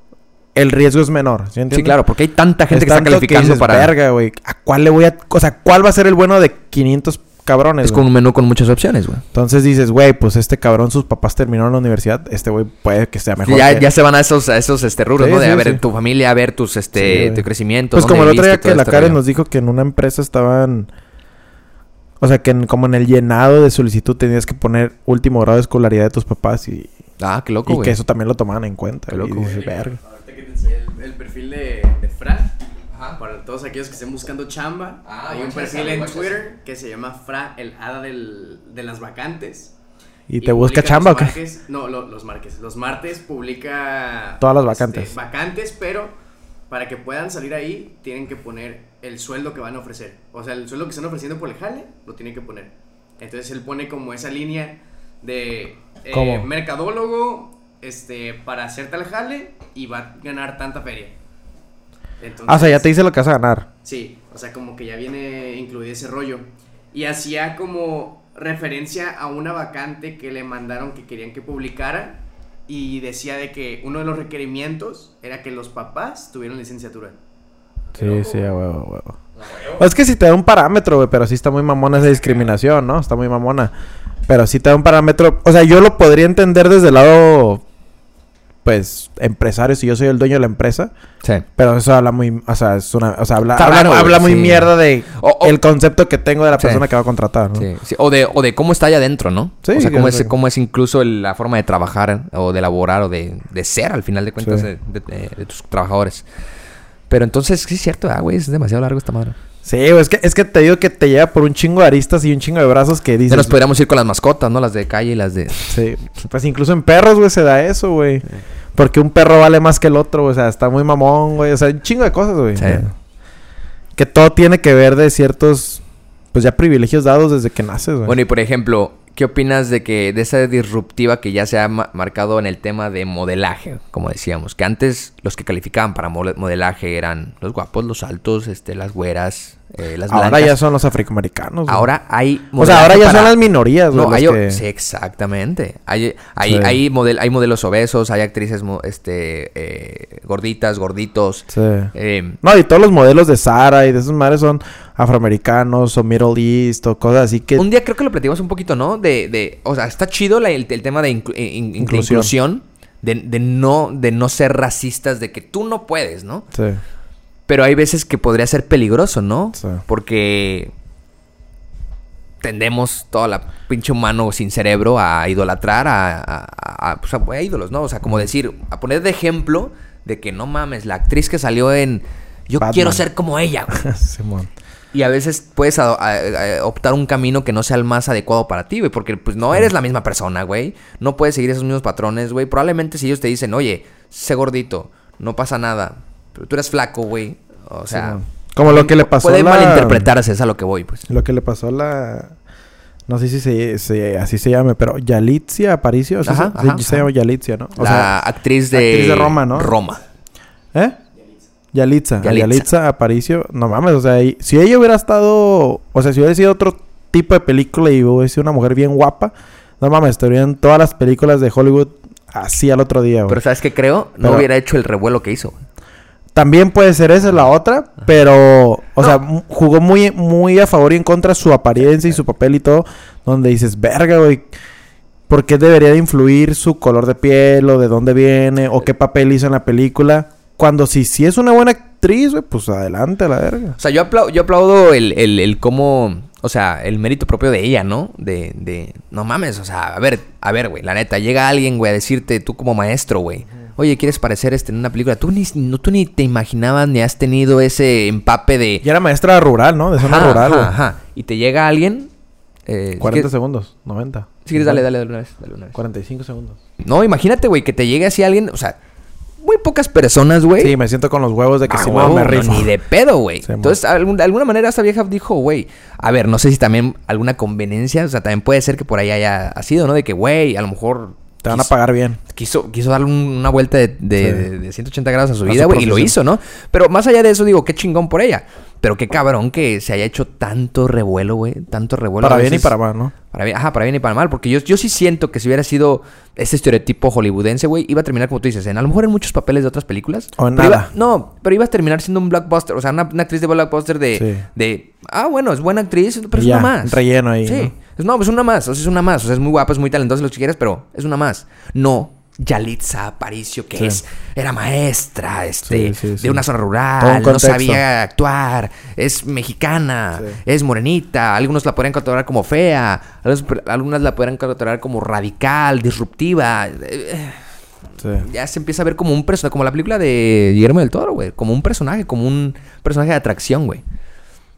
Speaker 2: el riesgo es menor. ¿sí
Speaker 1: Sí,
Speaker 2: entiendes?
Speaker 1: claro, porque hay tanta gente que
Speaker 2: Es
Speaker 1: está
Speaker 2: tanto
Speaker 1: calificando
Speaker 2: dices,
Speaker 1: para...
Speaker 2: Verga, güey. ¿A cuál le voy a...? O sea, ¿cuál va a ser el bueno de 500 cabrones?
Speaker 1: Es
Speaker 2: güey?
Speaker 1: con un menú con muchas opciones, güey.
Speaker 2: Entonces dices, güey, pues este cabrón, sus papás terminaron la universidad, este güey puede que sea mejor.
Speaker 1: Ya,
Speaker 2: que-
Speaker 1: ya se van a esos, a esos este, rubros,
Speaker 2: Sí,
Speaker 1: ¿no? De
Speaker 2: sí,
Speaker 1: a ver
Speaker 2: sí.
Speaker 1: tu familia, a ver tus, este,
Speaker 2: Sí, güey.
Speaker 1: tu crecimiento.
Speaker 2: Pues
Speaker 1: dónde
Speaker 2: como el otro
Speaker 1: viviste,
Speaker 2: día
Speaker 1: todo
Speaker 2: que la
Speaker 1: este
Speaker 2: Karen
Speaker 1: rollo.
Speaker 2: nos dijo que en una empresa estaban... O sea, que en- como en el llenado de solicitud tenías que poner último grado de escolaridad de tus papás y,
Speaker 1: Ah, qué loco,
Speaker 2: y
Speaker 1: güey.
Speaker 2: que eso también lo tomaban en cuenta.
Speaker 1: Qué
Speaker 2: güey.
Speaker 1: loco,
Speaker 2: Y
Speaker 1: güey.
Speaker 2: dices, verga.
Speaker 3: Ahorita que te enseñé el, el perfil de, de Fra, para todos aquellos que estén buscando chamba,
Speaker 1: Ah,
Speaker 3: hay un
Speaker 1: guacha esa,
Speaker 3: perfil en
Speaker 1: guacha esa.
Speaker 3: Twitter que se llama Fra, el hada del- de las vacantes.
Speaker 2: ¿Y te busca
Speaker 3: publica
Speaker 2: chamba o
Speaker 3: los
Speaker 2: qué?
Speaker 3: martes- no, lo- los martes. Los martes publica...
Speaker 2: Todas las
Speaker 3: este,
Speaker 2: vacantes.
Speaker 3: vacantes, pero para que puedan salir ahí, tienen que poner el sueldo que van a ofrecer. O sea, el sueldo que están ofreciendo por el jale, lo tienen que poner. Entonces él pone como esa línea de eh,
Speaker 2: ¿Cómo?
Speaker 3: mercadólogo este, para hacer tal jale y va a ganar tanta feria. Entonces,
Speaker 2: Ah, o sea, ya te dice lo que vas a ganar.
Speaker 3: Sí, o sea, como que ya viene incluido ese rollo. Y hacía como referencia a una vacante que le mandaron que querían que publicara y decía de que uno de los requerimientos era que los papás tuvieran licenciatura.
Speaker 2: Sí, sí, a huevo, a huevo. Es que si te da un parámetro, güey, pero sí está muy mamona esa discriminación, ¿no? Está muy mamona. Pero sí te da un parámetro. O sea, yo lo podría entender desde el lado, pues, empresario, si yo soy el dueño de la empresa.
Speaker 1: Sí.
Speaker 2: Pero eso habla muy. O sea, es una. O sea, habla,
Speaker 1: Está
Speaker 2: habla,
Speaker 1: raro, güey,
Speaker 2: habla muy
Speaker 1: sí.
Speaker 2: mierda de.
Speaker 1: O- o-
Speaker 2: el concepto que tengo de la
Speaker 1: Sí.
Speaker 2: persona que va a contratar, ¿no?
Speaker 1: Sí, sí. O, de, o de cómo está allá adentro, ¿no?
Speaker 2: Sí,
Speaker 1: o sea, cómo
Speaker 2: claro,
Speaker 1: es,
Speaker 2: claro.
Speaker 1: cómo es incluso el- la forma de trabajar o de elaborar o de, de ser, al final de cuentas,
Speaker 2: Sí.
Speaker 1: de, de- de- de tus trabajadores. Pero entonces, sí es cierto, ah, güey, es demasiado largo esta madre.
Speaker 2: Sí, güey, es que, es que te digo que te lleva por un chingo de aristas y un chingo de brazos que
Speaker 1: Ya
Speaker 2: dices.
Speaker 1: nos podríamos ir con las mascotas, ¿no? Las de calle y las de...
Speaker 2: Sí. Pues incluso en perros, güey, se da eso, güey. Porque un perro vale más que el otro, güey. O sea, está muy mamón, güey. O sea, un chingo de cosas, güey.
Speaker 1: Sí.
Speaker 2: Que todo tiene que ver de ciertos, pues ya privilegios dados desde que naces, güey.
Speaker 1: Bueno, y por ejemplo, ¿qué opinas de que de esa disruptiva que ya se ha ma- marcado en el tema de modelaje, como decíamos? Que antes los que calificaban para mole- modelaje eran los guapos, los altos, este, las güeras, eh, las blancas.
Speaker 2: ahora ya son los afroamericanos. güey.
Speaker 1: Ahora hay
Speaker 2: O sea, ahora ya
Speaker 1: modelaje
Speaker 2: son
Speaker 1: para-
Speaker 2: las minorías, güey.
Speaker 1: No,
Speaker 2: las
Speaker 1: hay,
Speaker 2: que-
Speaker 1: sí, exactamente. Hay, hay,
Speaker 2: Sí.
Speaker 1: hay, model- hay modelos obesos, hay actrices mo- este, eh, gorditas, gorditos.
Speaker 2: Sí.
Speaker 1: Eh,
Speaker 2: No, y todos los modelos de Sara y de esos madres son afroamericanos o Middle East o cosas así que...
Speaker 1: Un día creo que lo platicamos un poquito, ¿no? De, de o sea, está chido la- el, el tema de, inclu- eh, in- de
Speaker 2: Inclusión.
Speaker 1: inclusión, de, de no, de no ser racistas, de que tú no puedes, ¿no?
Speaker 2: Sí. [laughs]
Speaker 1: Pero hay veces que podría ser peligroso, ¿no?
Speaker 2: Sí.
Speaker 1: Porque tendemos toda la pinche humano sin cerebro a idolatrar a, a- a- pues, a- a ídolos, ¿no? O sea, como decir, a poner de ejemplo de que no mames, la actriz que salió en Yo
Speaker 2: Batman.
Speaker 1: quiero ser como ella, güey.
Speaker 2: Simón.
Speaker 1: Y a veces puedes a- a- a- optar un camino que no sea el más adecuado para ti, güey. Porque pues no eres la misma persona, güey. No puedes seguir esos mismos patrones, güey. Probablemente si ellos te dicen, oye, sé gordito, no pasa nada. Pero tú eres flaco, güey. O sea...
Speaker 2: Simón. Como lo que le pasó
Speaker 1: puede
Speaker 2: a la-
Speaker 1: malinterpretarse, es a lo que voy, pues.
Speaker 2: Lo que le pasó a la. No sé si se, se- así se llame, pero Yalitza Aparicio. ¿sí
Speaker 1: Ajá,
Speaker 2: se, sí
Speaker 1: ajá,
Speaker 2: se
Speaker 1: ajá.
Speaker 2: llama Yalitza, ¿no? O
Speaker 1: la actriz de...
Speaker 2: actriz de Roma, ¿no?
Speaker 1: Roma.
Speaker 2: sea, ¿eh? Yalitza.
Speaker 1: Yalitza.
Speaker 2: Yalitza. Aparicio. No mames, o sea, y- si ella hubiera estado. O sea, si hubiera sido otro tipo de película y hubiera sido una mujer bien guapa, no mames, estarían todas las películas de Hollywood así al otro día, güey.
Speaker 1: Pero ¿sabes qué creo? No
Speaker 2: Pero-
Speaker 1: hubiera hecho el revuelo que hizo. güey.
Speaker 2: También puede ser esa la otra, pero, o
Speaker 1: No.
Speaker 2: sea, m- jugó muy, muy a favor y en contra su apariencia y su papel y todo, donde dices, verga, güey, ¿por qué debería de influir su color de piel o de dónde viene o qué papel hizo en la película? Cuando si, si es una buena actriz, güey, pues adelante a la verga.
Speaker 1: O sea, yo, aplau- yo aplaudo el, el, el cómo, o sea, el mérito propio de ella, ¿no? De, de, no mames, o sea, a ver, a ver, güey, la neta, llega alguien, güey, a decirte, tú como maestro, güey, oye, ¿quieres parecer este en una película? Tú ni, no, tú ni te imaginabas ni has tenido ese empape de...
Speaker 2: Y era maestra rural, ¿no? De zona
Speaker 1: Ajá,
Speaker 2: rural,
Speaker 1: ajá,
Speaker 2: güey.
Speaker 1: ajá. Y te llega alguien... Eh, si
Speaker 2: 40
Speaker 1: quieres-
Speaker 2: segundos, 90.
Speaker 1: si quieres, dale, dale, dale una vez, dale una vez.
Speaker 2: 45 segundos.
Speaker 1: No, imagínate, güey, que te llegue así alguien, o sea, muy pocas personas, güey.
Speaker 2: Sí, me siento con los huevos de que
Speaker 1: Ah,
Speaker 2: si
Speaker 1: huevo,
Speaker 2: no me
Speaker 1: no,
Speaker 2: rifo.
Speaker 1: ni de pedo, güey.
Speaker 2: Sí,
Speaker 1: Entonces, algún- de alguna manera esta vieja dijo, güey, a ver, no sé si también alguna conveniencia, o sea, también puede ser que por ahí haya ha sido, ¿no? De que, güey, a lo mejor...
Speaker 2: Te van a
Speaker 1: quiso-
Speaker 2: pagar bien.
Speaker 1: Quiso, quiso darle un- una vuelta de, de-
Speaker 2: Sí.
Speaker 1: de 180 grados a su
Speaker 2: A
Speaker 1: vida,
Speaker 2: su
Speaker 1: güey, y lo
Speaker 2: profesión.
Speaker 1: hizo, ¿no? Pero más allá de eso, digo, qué chingón por ella. Pero qué cabrón que se haya hecho tanto revuelo, güey, tanto revuelo.
Speaker 2: para
Speaker 1: a
Speaker 2: bien y
Speaker 1: veces-
Speaker 2: para mal, ¿no?
Speaker 1: para bien, ajá, para bien y para mal, porque yo, yo sí siento que si hubiera sido ese estereotipo hollywoodense, güey, iba a terminar como tú dices, en a lo mejor en muchos papeles de otras películas.
Speaker 2: O en
Speaker 1: pero iba-
Speaker 2: nada.
Speaker 1: no, pero ibas a terminar siendo un blockbuster, o sea, una, una actriz de blockbuster de,
Speaker 2: Sí.
Speaker 1: de, ah, bueno, es buena actriz, pero es
Speaker 2: Ya,
Speaker 1: una más.
Speaker 2: relleno ahí,
Speaker 1: Sí, es, no, pues una más, o sea, es una más, o sea, es muy guapa, es muy talentosa, lo que quieras, pero es una más. No. Yalitza Aparicio, que
Speaker 2: Sí.
Speaker 1: es, era maestra, este,
Speaker 2: Sí, sí, sí.
Speaker 1: de una zona
Speaker 2: Todo un
Speaker 1: rural, no
Speaker 2: contexto.
Speaker 1: sabía actuar, es mexicana,
Speaker 2: Sí.
Speaker 1: es morenita, algunos la podrían catalogar como fea, algunos- algunas la podrían catalogar como radical, disruptiva. eh, eh,
Speaker 2: Sí.
Speaker 1: Ya se empieza a ver como un personaje, como la película de Guillermo del Toro, güey. Como un personaje, como un personaje de atracción, güey.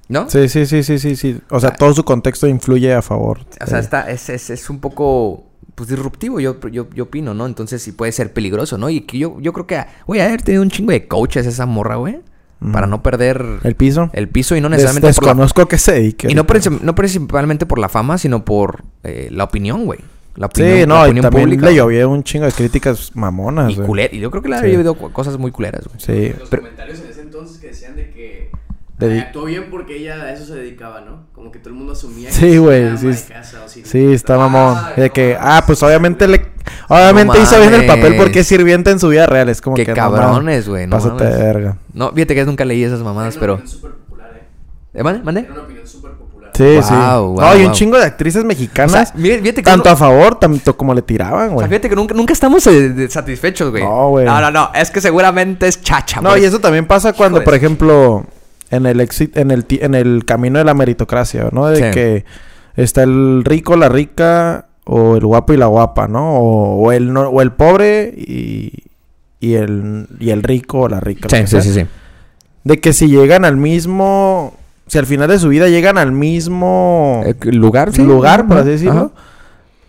Speaker 1: ¿No?
Speaker 2: Sí, sí, sí, sí, sí, sí. O sea, todo su contexto influye a favor.
Speaker 1: Ah. O sea,
Speaker 2: Sí.
Speaker 1: está, es, es, es un poco pues disruptivo, yo, yo, yo opino, ¿no? Entonces sí puede ser peligroso, ¿no? Y que yo, yo creo que, güey, haber tenido un chingo de coaches esa morra, güey.
Speaker 2: Ujú.
Speaker 1: Para no perder
Speaker 2: El piso.
Speaker 1: el piso y no
Speaker 2: Des-
Speaker 1: necesariamente por la
Speaker 2: desconozco que se dedique.
Speaker 1: Y no, princip- no principalmente por la fama, sino por eh, la opinión, güey. La opinión,
Speaker 2: Sí,
Speaker 1: la
Speaker 2: no, y
Speaker 1: opinión
Speaker 2: también
Speaker 1: pública.
Speaker 2: le llovió un chingo de críticas mamonas,
Speaker 1: y
Speaker 2: güey.
Speaker 1: culer- Y yo creo que le ha
Speaker 2: Sí.
Speaker 1: llovido cu- cosas muy culeras, güey.
Speaker 2: Sí.
Speaker 3: Los
Speaker 1: Pero-
Speaker 3: comentarios en ese entonces que decían de que
Speaker 2: De-
Speaker 3: "Ay, actuó bien porque ella a eso se dedicaba, ¿no? Como que todo el mundo asumía
Speaker 2: Sí,
Speaker 3: que
Speaker 2: güey,
Speaker 3: era ama
Speaker 2: sí
Speaker 3: de
Speaker 2: es-
Speaker 3: casa o si-
Speaker 2: Sí, está mamón.
Speaker 3: Ay,
Speaker 2: De que,
Speaker 3: no
Speaker 2: ah,
Speaker 3: mames.
Speaker 2: pues obviamente le. Obviamente
Speaker 1: No
Speaker 2: hizo bien el papel
Speaker 1: mames.
Speaker 2: porque es sirviente en su vida real. Es como
Speaker 1: Qué
Speaker 2: que. no
Speaker 1: cabrones, güey, no
Speaker 2: mames, Pásate
Speaker 1: mames.
Speaker 2: de verga.
Speaker 1: No, fíjate que nunca leí esas
Speaker 3: Era
Speaker 1: mamadas,
Speaker 3: una
Speaker 1: pero...
Speaker 3: opinión súper popular, ¿eh?
Speaker 1: ¿Eh, ¿Mande? ¿Mande?
Speaker 3: Era una opinión súper popular.
Speaker 2: Sí, sí.
Speaker 1: Guau, guau,
Speaker 2: no, y un
Speaker 1: guau.
Speaker 2: chingo de actrices
Speaker 1: O sea,
Speaker 2: mexicanas.
Speaker 1: mira, fíjate que...
Speaker 2: tanto
Speaker 1: no-
Speaker 2: a favor, tanto como le tiraban,
Speaker 1: o sea,
Speaker 2: güey.
Speaker 1: fíjate que nunca, nunca estamos eh, de- satisfechos, güey.
Speaker 2: No, güey.
Speaker 1: No, no, no. Es que seguramente es chacha, pues.
Speaker 2: No,
Speaker 1: por
Speaker 2: y eso también pasa cuando,
Speaker 1: de
Speaker 2: por
Speaker 1: su-
Speaker 2: ejemplo, en el exi- en el ti- en el camino de la meritocracia, ¿no? De
Speaker 1: Sí.
Speaker 2: que está el rico, la rica, o el guapo y la guapa, ¿no? O, o el no- o el pobre y, y el y el rico o la rica. lo
Speaker 1: Sí,
Speaker 2: que
Speaker 1: sí,
Speaker 2: sea.
Speaker 1: sí, sí.
Speaker 2: De que si llegan al mismo, si al final de su vida llegan al mismo
Speaker 1: Eh, ¿Lugar? sí.
Speaker 2: lugar, por así
Speaker 1: Ajá.
Speaker 2: decirlo,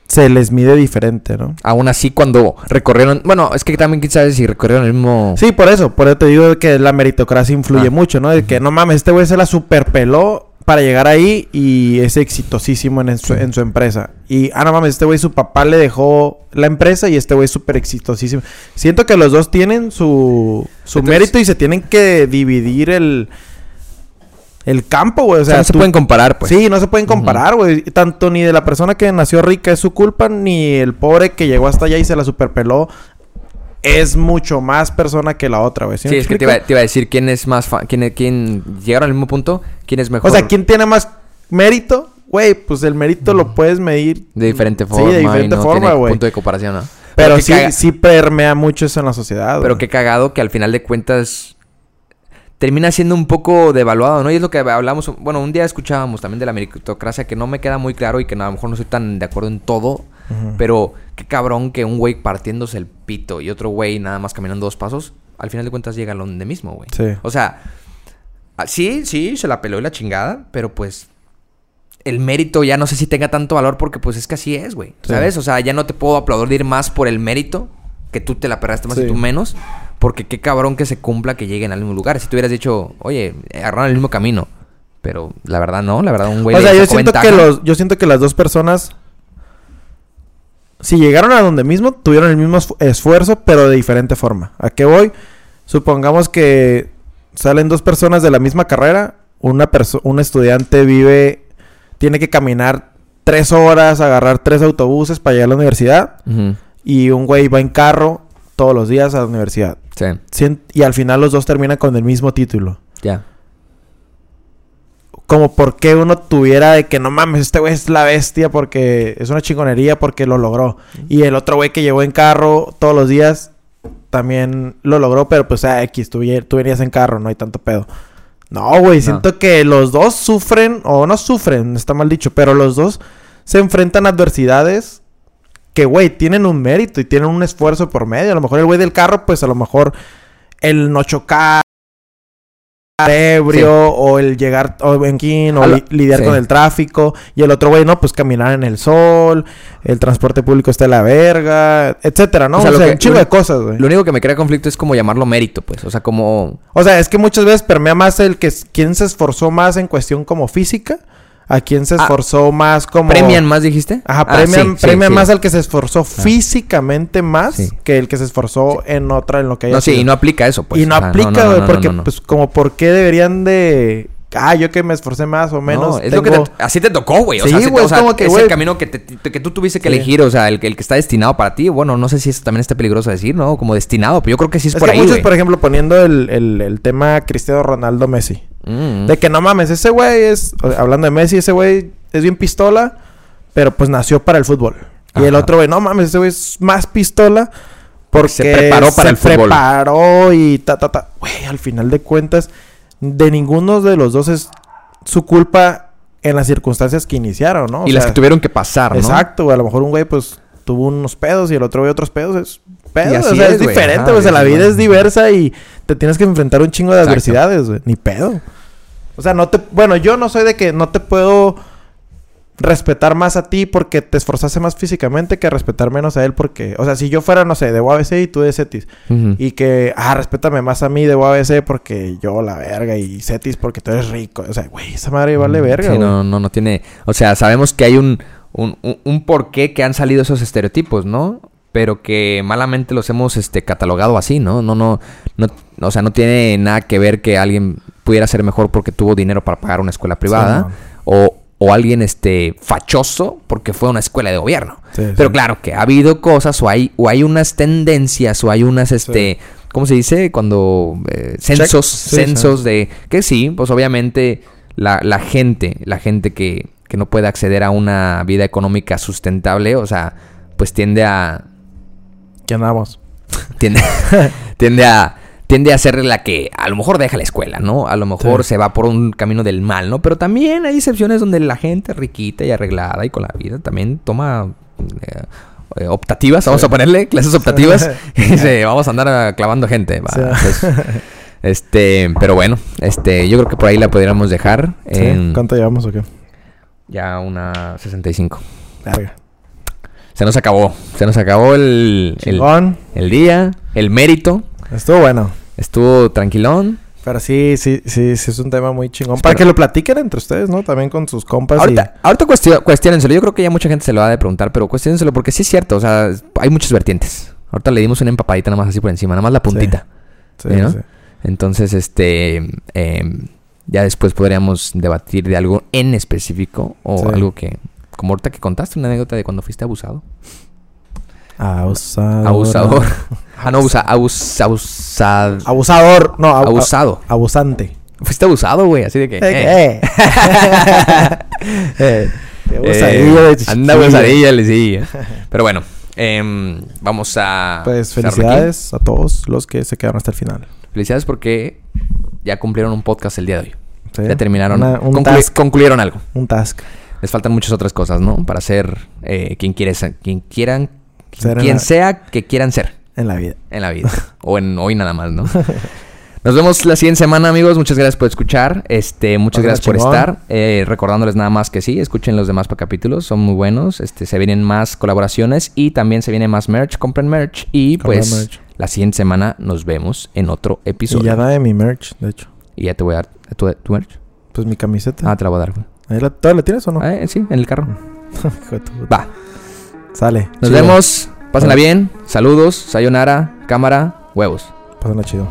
Speaker 2: se les mide diferente, ¿no?
Speaker 1: Aún así, cuando recorrieron... Bueno, es que también quién sabe si recorrieron el mismo...
Speaker 2: Sí, por eso, por eso te digo que la meritocracia influye
Speaker 1: Ah.
Speaker 2: mucho, ¿no? De que no mames, este güey se la superpeló para llegar ahí y es exitosísimo en, en su,
Speaker 1: Sí.
Speaker 2: en su empresa. Y, ah, no mames, este güey su papá le dejó la empresa y este güey es súper exitosísimo. Siento que los dos tienen su, su
Speaker 1: Entonces-
Speaker 2: mérito y se tienen que dividir el, el campo, güey. O
Speaker 1: O sea,
Speaker 2: sea,
Speaker 1: no se
Speaker 2: tú-
Speaker 1: pueden comparar, pues.
Speaker 2: Sí, no se pueden
Speaker 1: Ujú.
Speaker 2: comparar, güey. Tanto ni de la persona que nació rica es su culpa, ni el pobre que llegó hasta allá y se la superpeló es mucho más persona que la otra, güey. ¿Sí
Speaker 1: Sí,
Speaker 2: me
Speaker 1: es que te iba,
Speaker 2: explico?
Speaker 1: te iba a decir quién es más fa- quién, quién llegaron al mismo punto, quién es mejor.
Speaker 2: O sea, ¿quién tiene más mérito? Güey, pues el mérito lo puedes medir.
Speaker 1: de diferente
Speaker 2: Sí,
Speaker 1: forma.
Speaker 2: de diferente
Speaker 1: y no
Speaker 2: forma,
Speaker 1: tiene
Speaker 2: güey.
Speaker 1: punto de comparación, ¿no?
Speaker 2: Pero,
Speaker 1: qué
Speaker 2: sí,
Speaker 1: caga-
Speaker 2: sí permea mucho eso en la sociedad,
Speaker 1: pero
Speaker 2: güey.
Speaker 1: qué cagado que al final de cuentas termina siendo un poco devaluado, ¿no? Y es lo que hablamos, bueno, un día escuchábamos también de la meritocracia que no me queda muy claro y que no, a lo mejor no soy tan de acuerdo en todo,
Speaker 2: Ujú.
Speaker 1: pero qué cabrón que un güey partiéndose el pito y otro güey nada más caminando dos pasos, al final de cuentas llega a donde mismo, güey.
Speaker 2: Sí.
Speaker 1: O sea, ah, sí, sí, se la peló y la chingada, pero pues el mérito ya no sé si tenga tanto valor porque pues es que así es, güey.
Speaker 2: Sí.
Speaker 1: ¿Sabes? O sea, ya no te puedo aplaudir más por el mérito que tú te la perraste más
Speaker 2: Sí.
Speaker 1: y tú menos. Porque qué cabrón que se cumpla que lleguen al mismo lugar. Si tú hubieras dicho, oye, agarraron el mismo camino. Pero la verdad no, la verdad un güey...
Speaker 2: o
Speaker 1: le
Speaker 2: sea, yo
Speaker 1: sacó
Speaker 2: siento,
Speaker 1: ventaja.
Speaker 2: que los, yo siento que las dos personas, si llegaron a donde mismo, tuvieron el mismo esfu- esfuerzo, pero de diferente forma. ¿A qué voy? Supongamos que salen dos personas de la misma carrera, una perso- un estudiante vive, tiene que caminar tres horas, agarrar tres autobuses para llegar a la universidad,
Speaker 1: Ujú,
Speaker 2: y un güey va en carro todos los días a la universidad.
Speaker 1: Sí,
Speaker 2: Sien- Y al final los dos terminan con el mismo título
Speaker 1: ya.
Speaker 2: como por qué uno tuviera de que no mames, este güey es la bestia porque es una chingonería porque lo logró. Y el otro güey que llevó en carro todos los días también lo logró, pero pues, ah, X, tú, vie- tú venías en carro, no hay tanto pedo. No, güey,
Speaker 1: No.
Speaker 2: siento que los dos sufren, o no sufren, está mal dicho, pero los dos se enfrentan a adversidades que, güey, tienen un mérito y tienen un esfuerzo por medio. A lo mejor el güey del carro, pues a lo mejor el no chocar, ebrio, o el llegar o benquín, o
Speaker 1: A la-
Speaker 2: li- lidiar
Speaker 1: sí.
Speaker 2: con el tráfico. Y el otro güey, no, pues caminar en el sol, el transporte público está de la verga, etcétera, ¿no?
Speaker 1: O
Speaker 2: O
Speaker 1: sea,
Speaker 2: sea,
Speaker 1: lo que-
Speaker 2: un chingo
Speaker 1: lo-
Speaker 2: de cosas, güey.
Speaker 1: Lo único que me crea conflicto es como llamarlo mérito, pues. O sea, como.
Speaker 2: O sea, es que muchas veces permea más el que s- quién se esforzó más en cuestión como física, a quien se
Speaker 1: Ah,
Speaker 2: esforzó más como
Speaker 1: ¿Premian más, dijiste?
Speaker 2: Ajá,
Speaker 1: Ah,
Speaker 2: premian,
Speaker 1: sí, sí,
Speaker 2: premian
Speaker 1: sí. Ah.
Speaker 2: más al que se esforzó físicamente más
Speaker 1: Sí.
Speaker 2: que el que se esforzó en otra, en lo que haya
Speaker 1: No, sí,
Speaker 2: sido.
Speaker 1: y no aplica eso, pues.
Speaker 2: y no
Speaker 1: O sea,
Speaker 2: aplica,
Speaker 1: no,
Speaker 2: güey,
Speaker 1: no, no,
Speaker 2: porque
Speaker 1: no, no.
Speaker 2: pues como por qué deberían de... Ah, yo que me esforcé más o menos.
Speaker 1: No, es lo que
Speaker 2: tengo-
Speaker 1: te- así te tocó, güey. O
Speaker 2: Sí,
Speaker 1: sea, así te-
Speaker 2: güey,
Speaker 1: o sea,
Speaker 2: es como que,
Speaker 1: es
Speaker 2: güey.
Speaker 1: el camino que, te- te- que tú tuviste que
Speaker 2: Sí.
Speaker 1: elegir, o sea, el, que- el que está destinado para ti. Bueno, no sé si eso también está peligroso decir, ¿no? Como destinado, pero yo creo que sí es,
Speaker 2: Es
Speaker 1: por
Speaker 2: que
Speaker 1: ahí,
Speaker 2: muchos,
Speaker 1: güey.
Speaker 2: por ejemplo, poniendo el, el- el tema Cristiano Ronaldo Messi.
Speaker 1: Mm.
Speaker 2: De que no mames, ese güey es, o- hablando de Messi, ese güey es bien pistola, pero pues nació para el fútbol. Y el
Speaker 1: Ajá.
Speaker 2: otro güey, no mames, ese güey es más pistola porque
Speaker 1: se preparó para
Speaker 2: se
Speaker 1: el fútbol.
Speaker 2: preparó y ta, ta, ta. Güey, al final de cuentas, de ninguno de los dos es su culpa en las circunstancias que iniciaron, ¿no? O
Speaker 1: y las
Speaker 2: sea,
Speaker 1: que tuvieron que pasar, ¿no?
Speaker 2: Exacto, güey. A lo mejor un güey, pues, tuvo unos pedos y el otro güey otros pedos. Es pedo,
Speaker 1: Y
Speaker 2: o
Speaker 1: así
Speaker 2: sea,
Speaker 1: es,
Speaker 2: es,
Speaker 1: güey.
Speaker 2: diferente,
Speaker 1: Ajá,
Speaker 2: güey. O sea,
Speaker 1: y
Speaker 2: la
Speaker 1: así,
Speaker 2: vida
Speaker 1: güey.
Speaker 2: es diversa y te tienes que enfrentar un chingo de
Speaker 1: Exacto.
Speaker 2: adversidades, güey. Ni pedo. O sea, no te... Bueno, yo no soy de que no te puedo respetar más a ti porque te esforzaste más físicamente que respetar menos a él porque... O sea, si yo fuera, no sé, de UABC y tú de Cetis.
Speaker 1: Ujú.
Speaker 2: Y que, ah, respétame más a mí de UABC porque yo la verga y Cetis porque tú eres rico. O sea, güey, esa madre vale verga,
Speaker 1: Mm, Sí,
Speaker 2: güey.
Speaker 1: no, no, no tiene. O sea, sabemos que hay un, un, un- un porqué que han salido esos estereotipos, ¿no? Pero que malamente los hemos este, catalogado así, ¿no? No, no, no, o sea, no tiene nada que ver que alguien pudiera ser mejor porque tuvo dinero para pagar una escuela privada.
Speaker 2: no.
Speaker 1: o, o alguien este fachoso porque fue a una escuela de gobierno.
Speaker 2: Sí, sí.
Speaker 1: Pero claro que ha habido cosas, o hay, o hay unas tendencias, o hay unas este. ¿Cómo se dice? Cuando. eh, censos.
Speaker 2: Sí, sí.
Speaker 1: censos de que sí, pues obviamente la, la gente, la gente que, que no puede acceder a una vida económica sustentable, o sea, pues tiende a
Speaker 2: ¿Qué andamos? [laughs]
Speaker 1: tiende, tiende a tiende a ser la que a lo mejor deja la escuela, ¿no? A lo mejor
Speaker 2: Sí.
Speaker 1: se va por un camino del mal, ¿no? Pero también hay excepciones donde la gente riquita y arreglada y con la vida también toma eh, eh, optativas, vamos a ponerle clases optativas
Speaker 2: [laughs]
Speaker 1: [laughs] y dice, vamos a andar ah, clavando gente, va.
Speaker 2: Sí. [laughs]
Speaker 1: Entonces, este, pero bueno, este, yo creo que por ahí la pudiéramos dejar
Speaker 2: ¿Sí?
Speaker 1: en
Speaker 2: ¿Cuánto llevamos o qué?
Speaker 1: ya una 65. Ah,
Speaker 2: Verga.
Speaker 1: Se nos acabó, se nos acabó el- el,
Speaker 2: Chingón.
Speaker 1: el día, el mérito.
Speaker 2: Estuvo bueno.
Speaker 1: Estuvo tranquilón.
Speaker 2: Pero sí, sí, sí, sí es un tema muy chingón. Para que lo platiquen entre ustedes, ¿no? También con sus compas. y-
Speaker 1: ahorita, ahorita cuestio- cuestiónenselo. Yo creo que ya mucha gente se lo va a de preguntar, pero cuestiónenselo porque sí es cierto. O sea, hay muchas vertientes. Ahorita le dimos una empapadita nada más así por encima, nada más la puntita.
Speaker 2: Sí,
Speaker 1: ¿no?
Speaker 2: sí.
Speaker 1: Entonces, este. eh, ya después podríamos debatir de algo en específico o
Speaker 2: Sí.
Speaker 1: algo que. Como ahorita que contaste una anécdota de cuando fuiste abusado.
Speaker 2: Abusador.
Speaker 1: Abusador. ah, no, abusa, abus, abusad-
Speaker 2: Abusador. No, abu-
Speaker 1: abusado.
Speaker 2: Abusante.
Speaker 1: Fuiste abusado, güey. Así de que. eh. [laughs]
Speaker 2: Eh. Eh, qué abusadillo
Speaker 1: Eh,
Speaker 2: de
Speaker 1: anda
Speaker 2: chiquillo.
Speaker 1: abusadilla, le sí. Pero bueno, em, vamos a.
Speaker 2: Pues
Speaker 1: cerrarlo aquí.
Speaker 2: felicidades a todos los que se quedaron hasta el final.
Speaker 1: Felicidades porque ya cumplieron un podcast el día de hoy.
Speaker 2: Sí.
Speaker 1: Ya terminaron.
Speaker 2: Una- un,
Speaker 1: conclu-
Speaker 2: task,
Speaker 1: concluyeron algo.
Speaker 2: un task.
Speaker 1: Les faltan muchas otras cosas, ¿no? Para ser eh, quien quiere ser- quien quieran,
Speaker 2: Ser en
Speaker 1: quien
Speaker 2: la-
Speaker 1: sea que quieran ser
Speaker 2: en la vida.
Speaker 1: en la vida. [laughs] o en hoy nada más,
Speaker 2: [laughs]
Speaker 1: ¿no? Nos vemos la siguiente semana, amigos. Muchas gracias por escuchar. Este, muchas
Speaker 2: Pásala
Speaker 1: gracias por
Speaker 2: chingón.
Speaker 1: estar. Eh, recordándoles nada más que sí, escuchen los demás capítulos, son muy buenos. Este, se vienen más colaboraciones y también se viene más merch. Compren merch y
Speaker 2: Compren
Speaker 1: pues
Speaker 2: merch.
Speaker 1: la siguiente semana nos vemos en otro
Speaker 2: Y ya
Speaker 1: episodio.
Speaker 2: da de mi merch, de hecho.
Speaker 1: Y ya, te voy a dar tu, tu merch.
Speaker 2: Pues mi camiseta.
Speaker 1: Ah, te la voy a dar. güey.
Speaker 2: Ahí la- ¿Todavía la tienes o no?
Speaker 1: Ah, eh, sí, en el carro.
Speaker 2: [laughs] Hijo de tu puta.
Speaker 1: Va.
Speaker 2: Sale.
Speaker 1: Nos
Speaker 2: Chido.
Speaker 1: vemos. Pásenla
Speaker 2: Vale.
Speaker 1: bien. Saludos. Sayonara. Cámara. Huevos.
Speaker 2: Pásenla chido.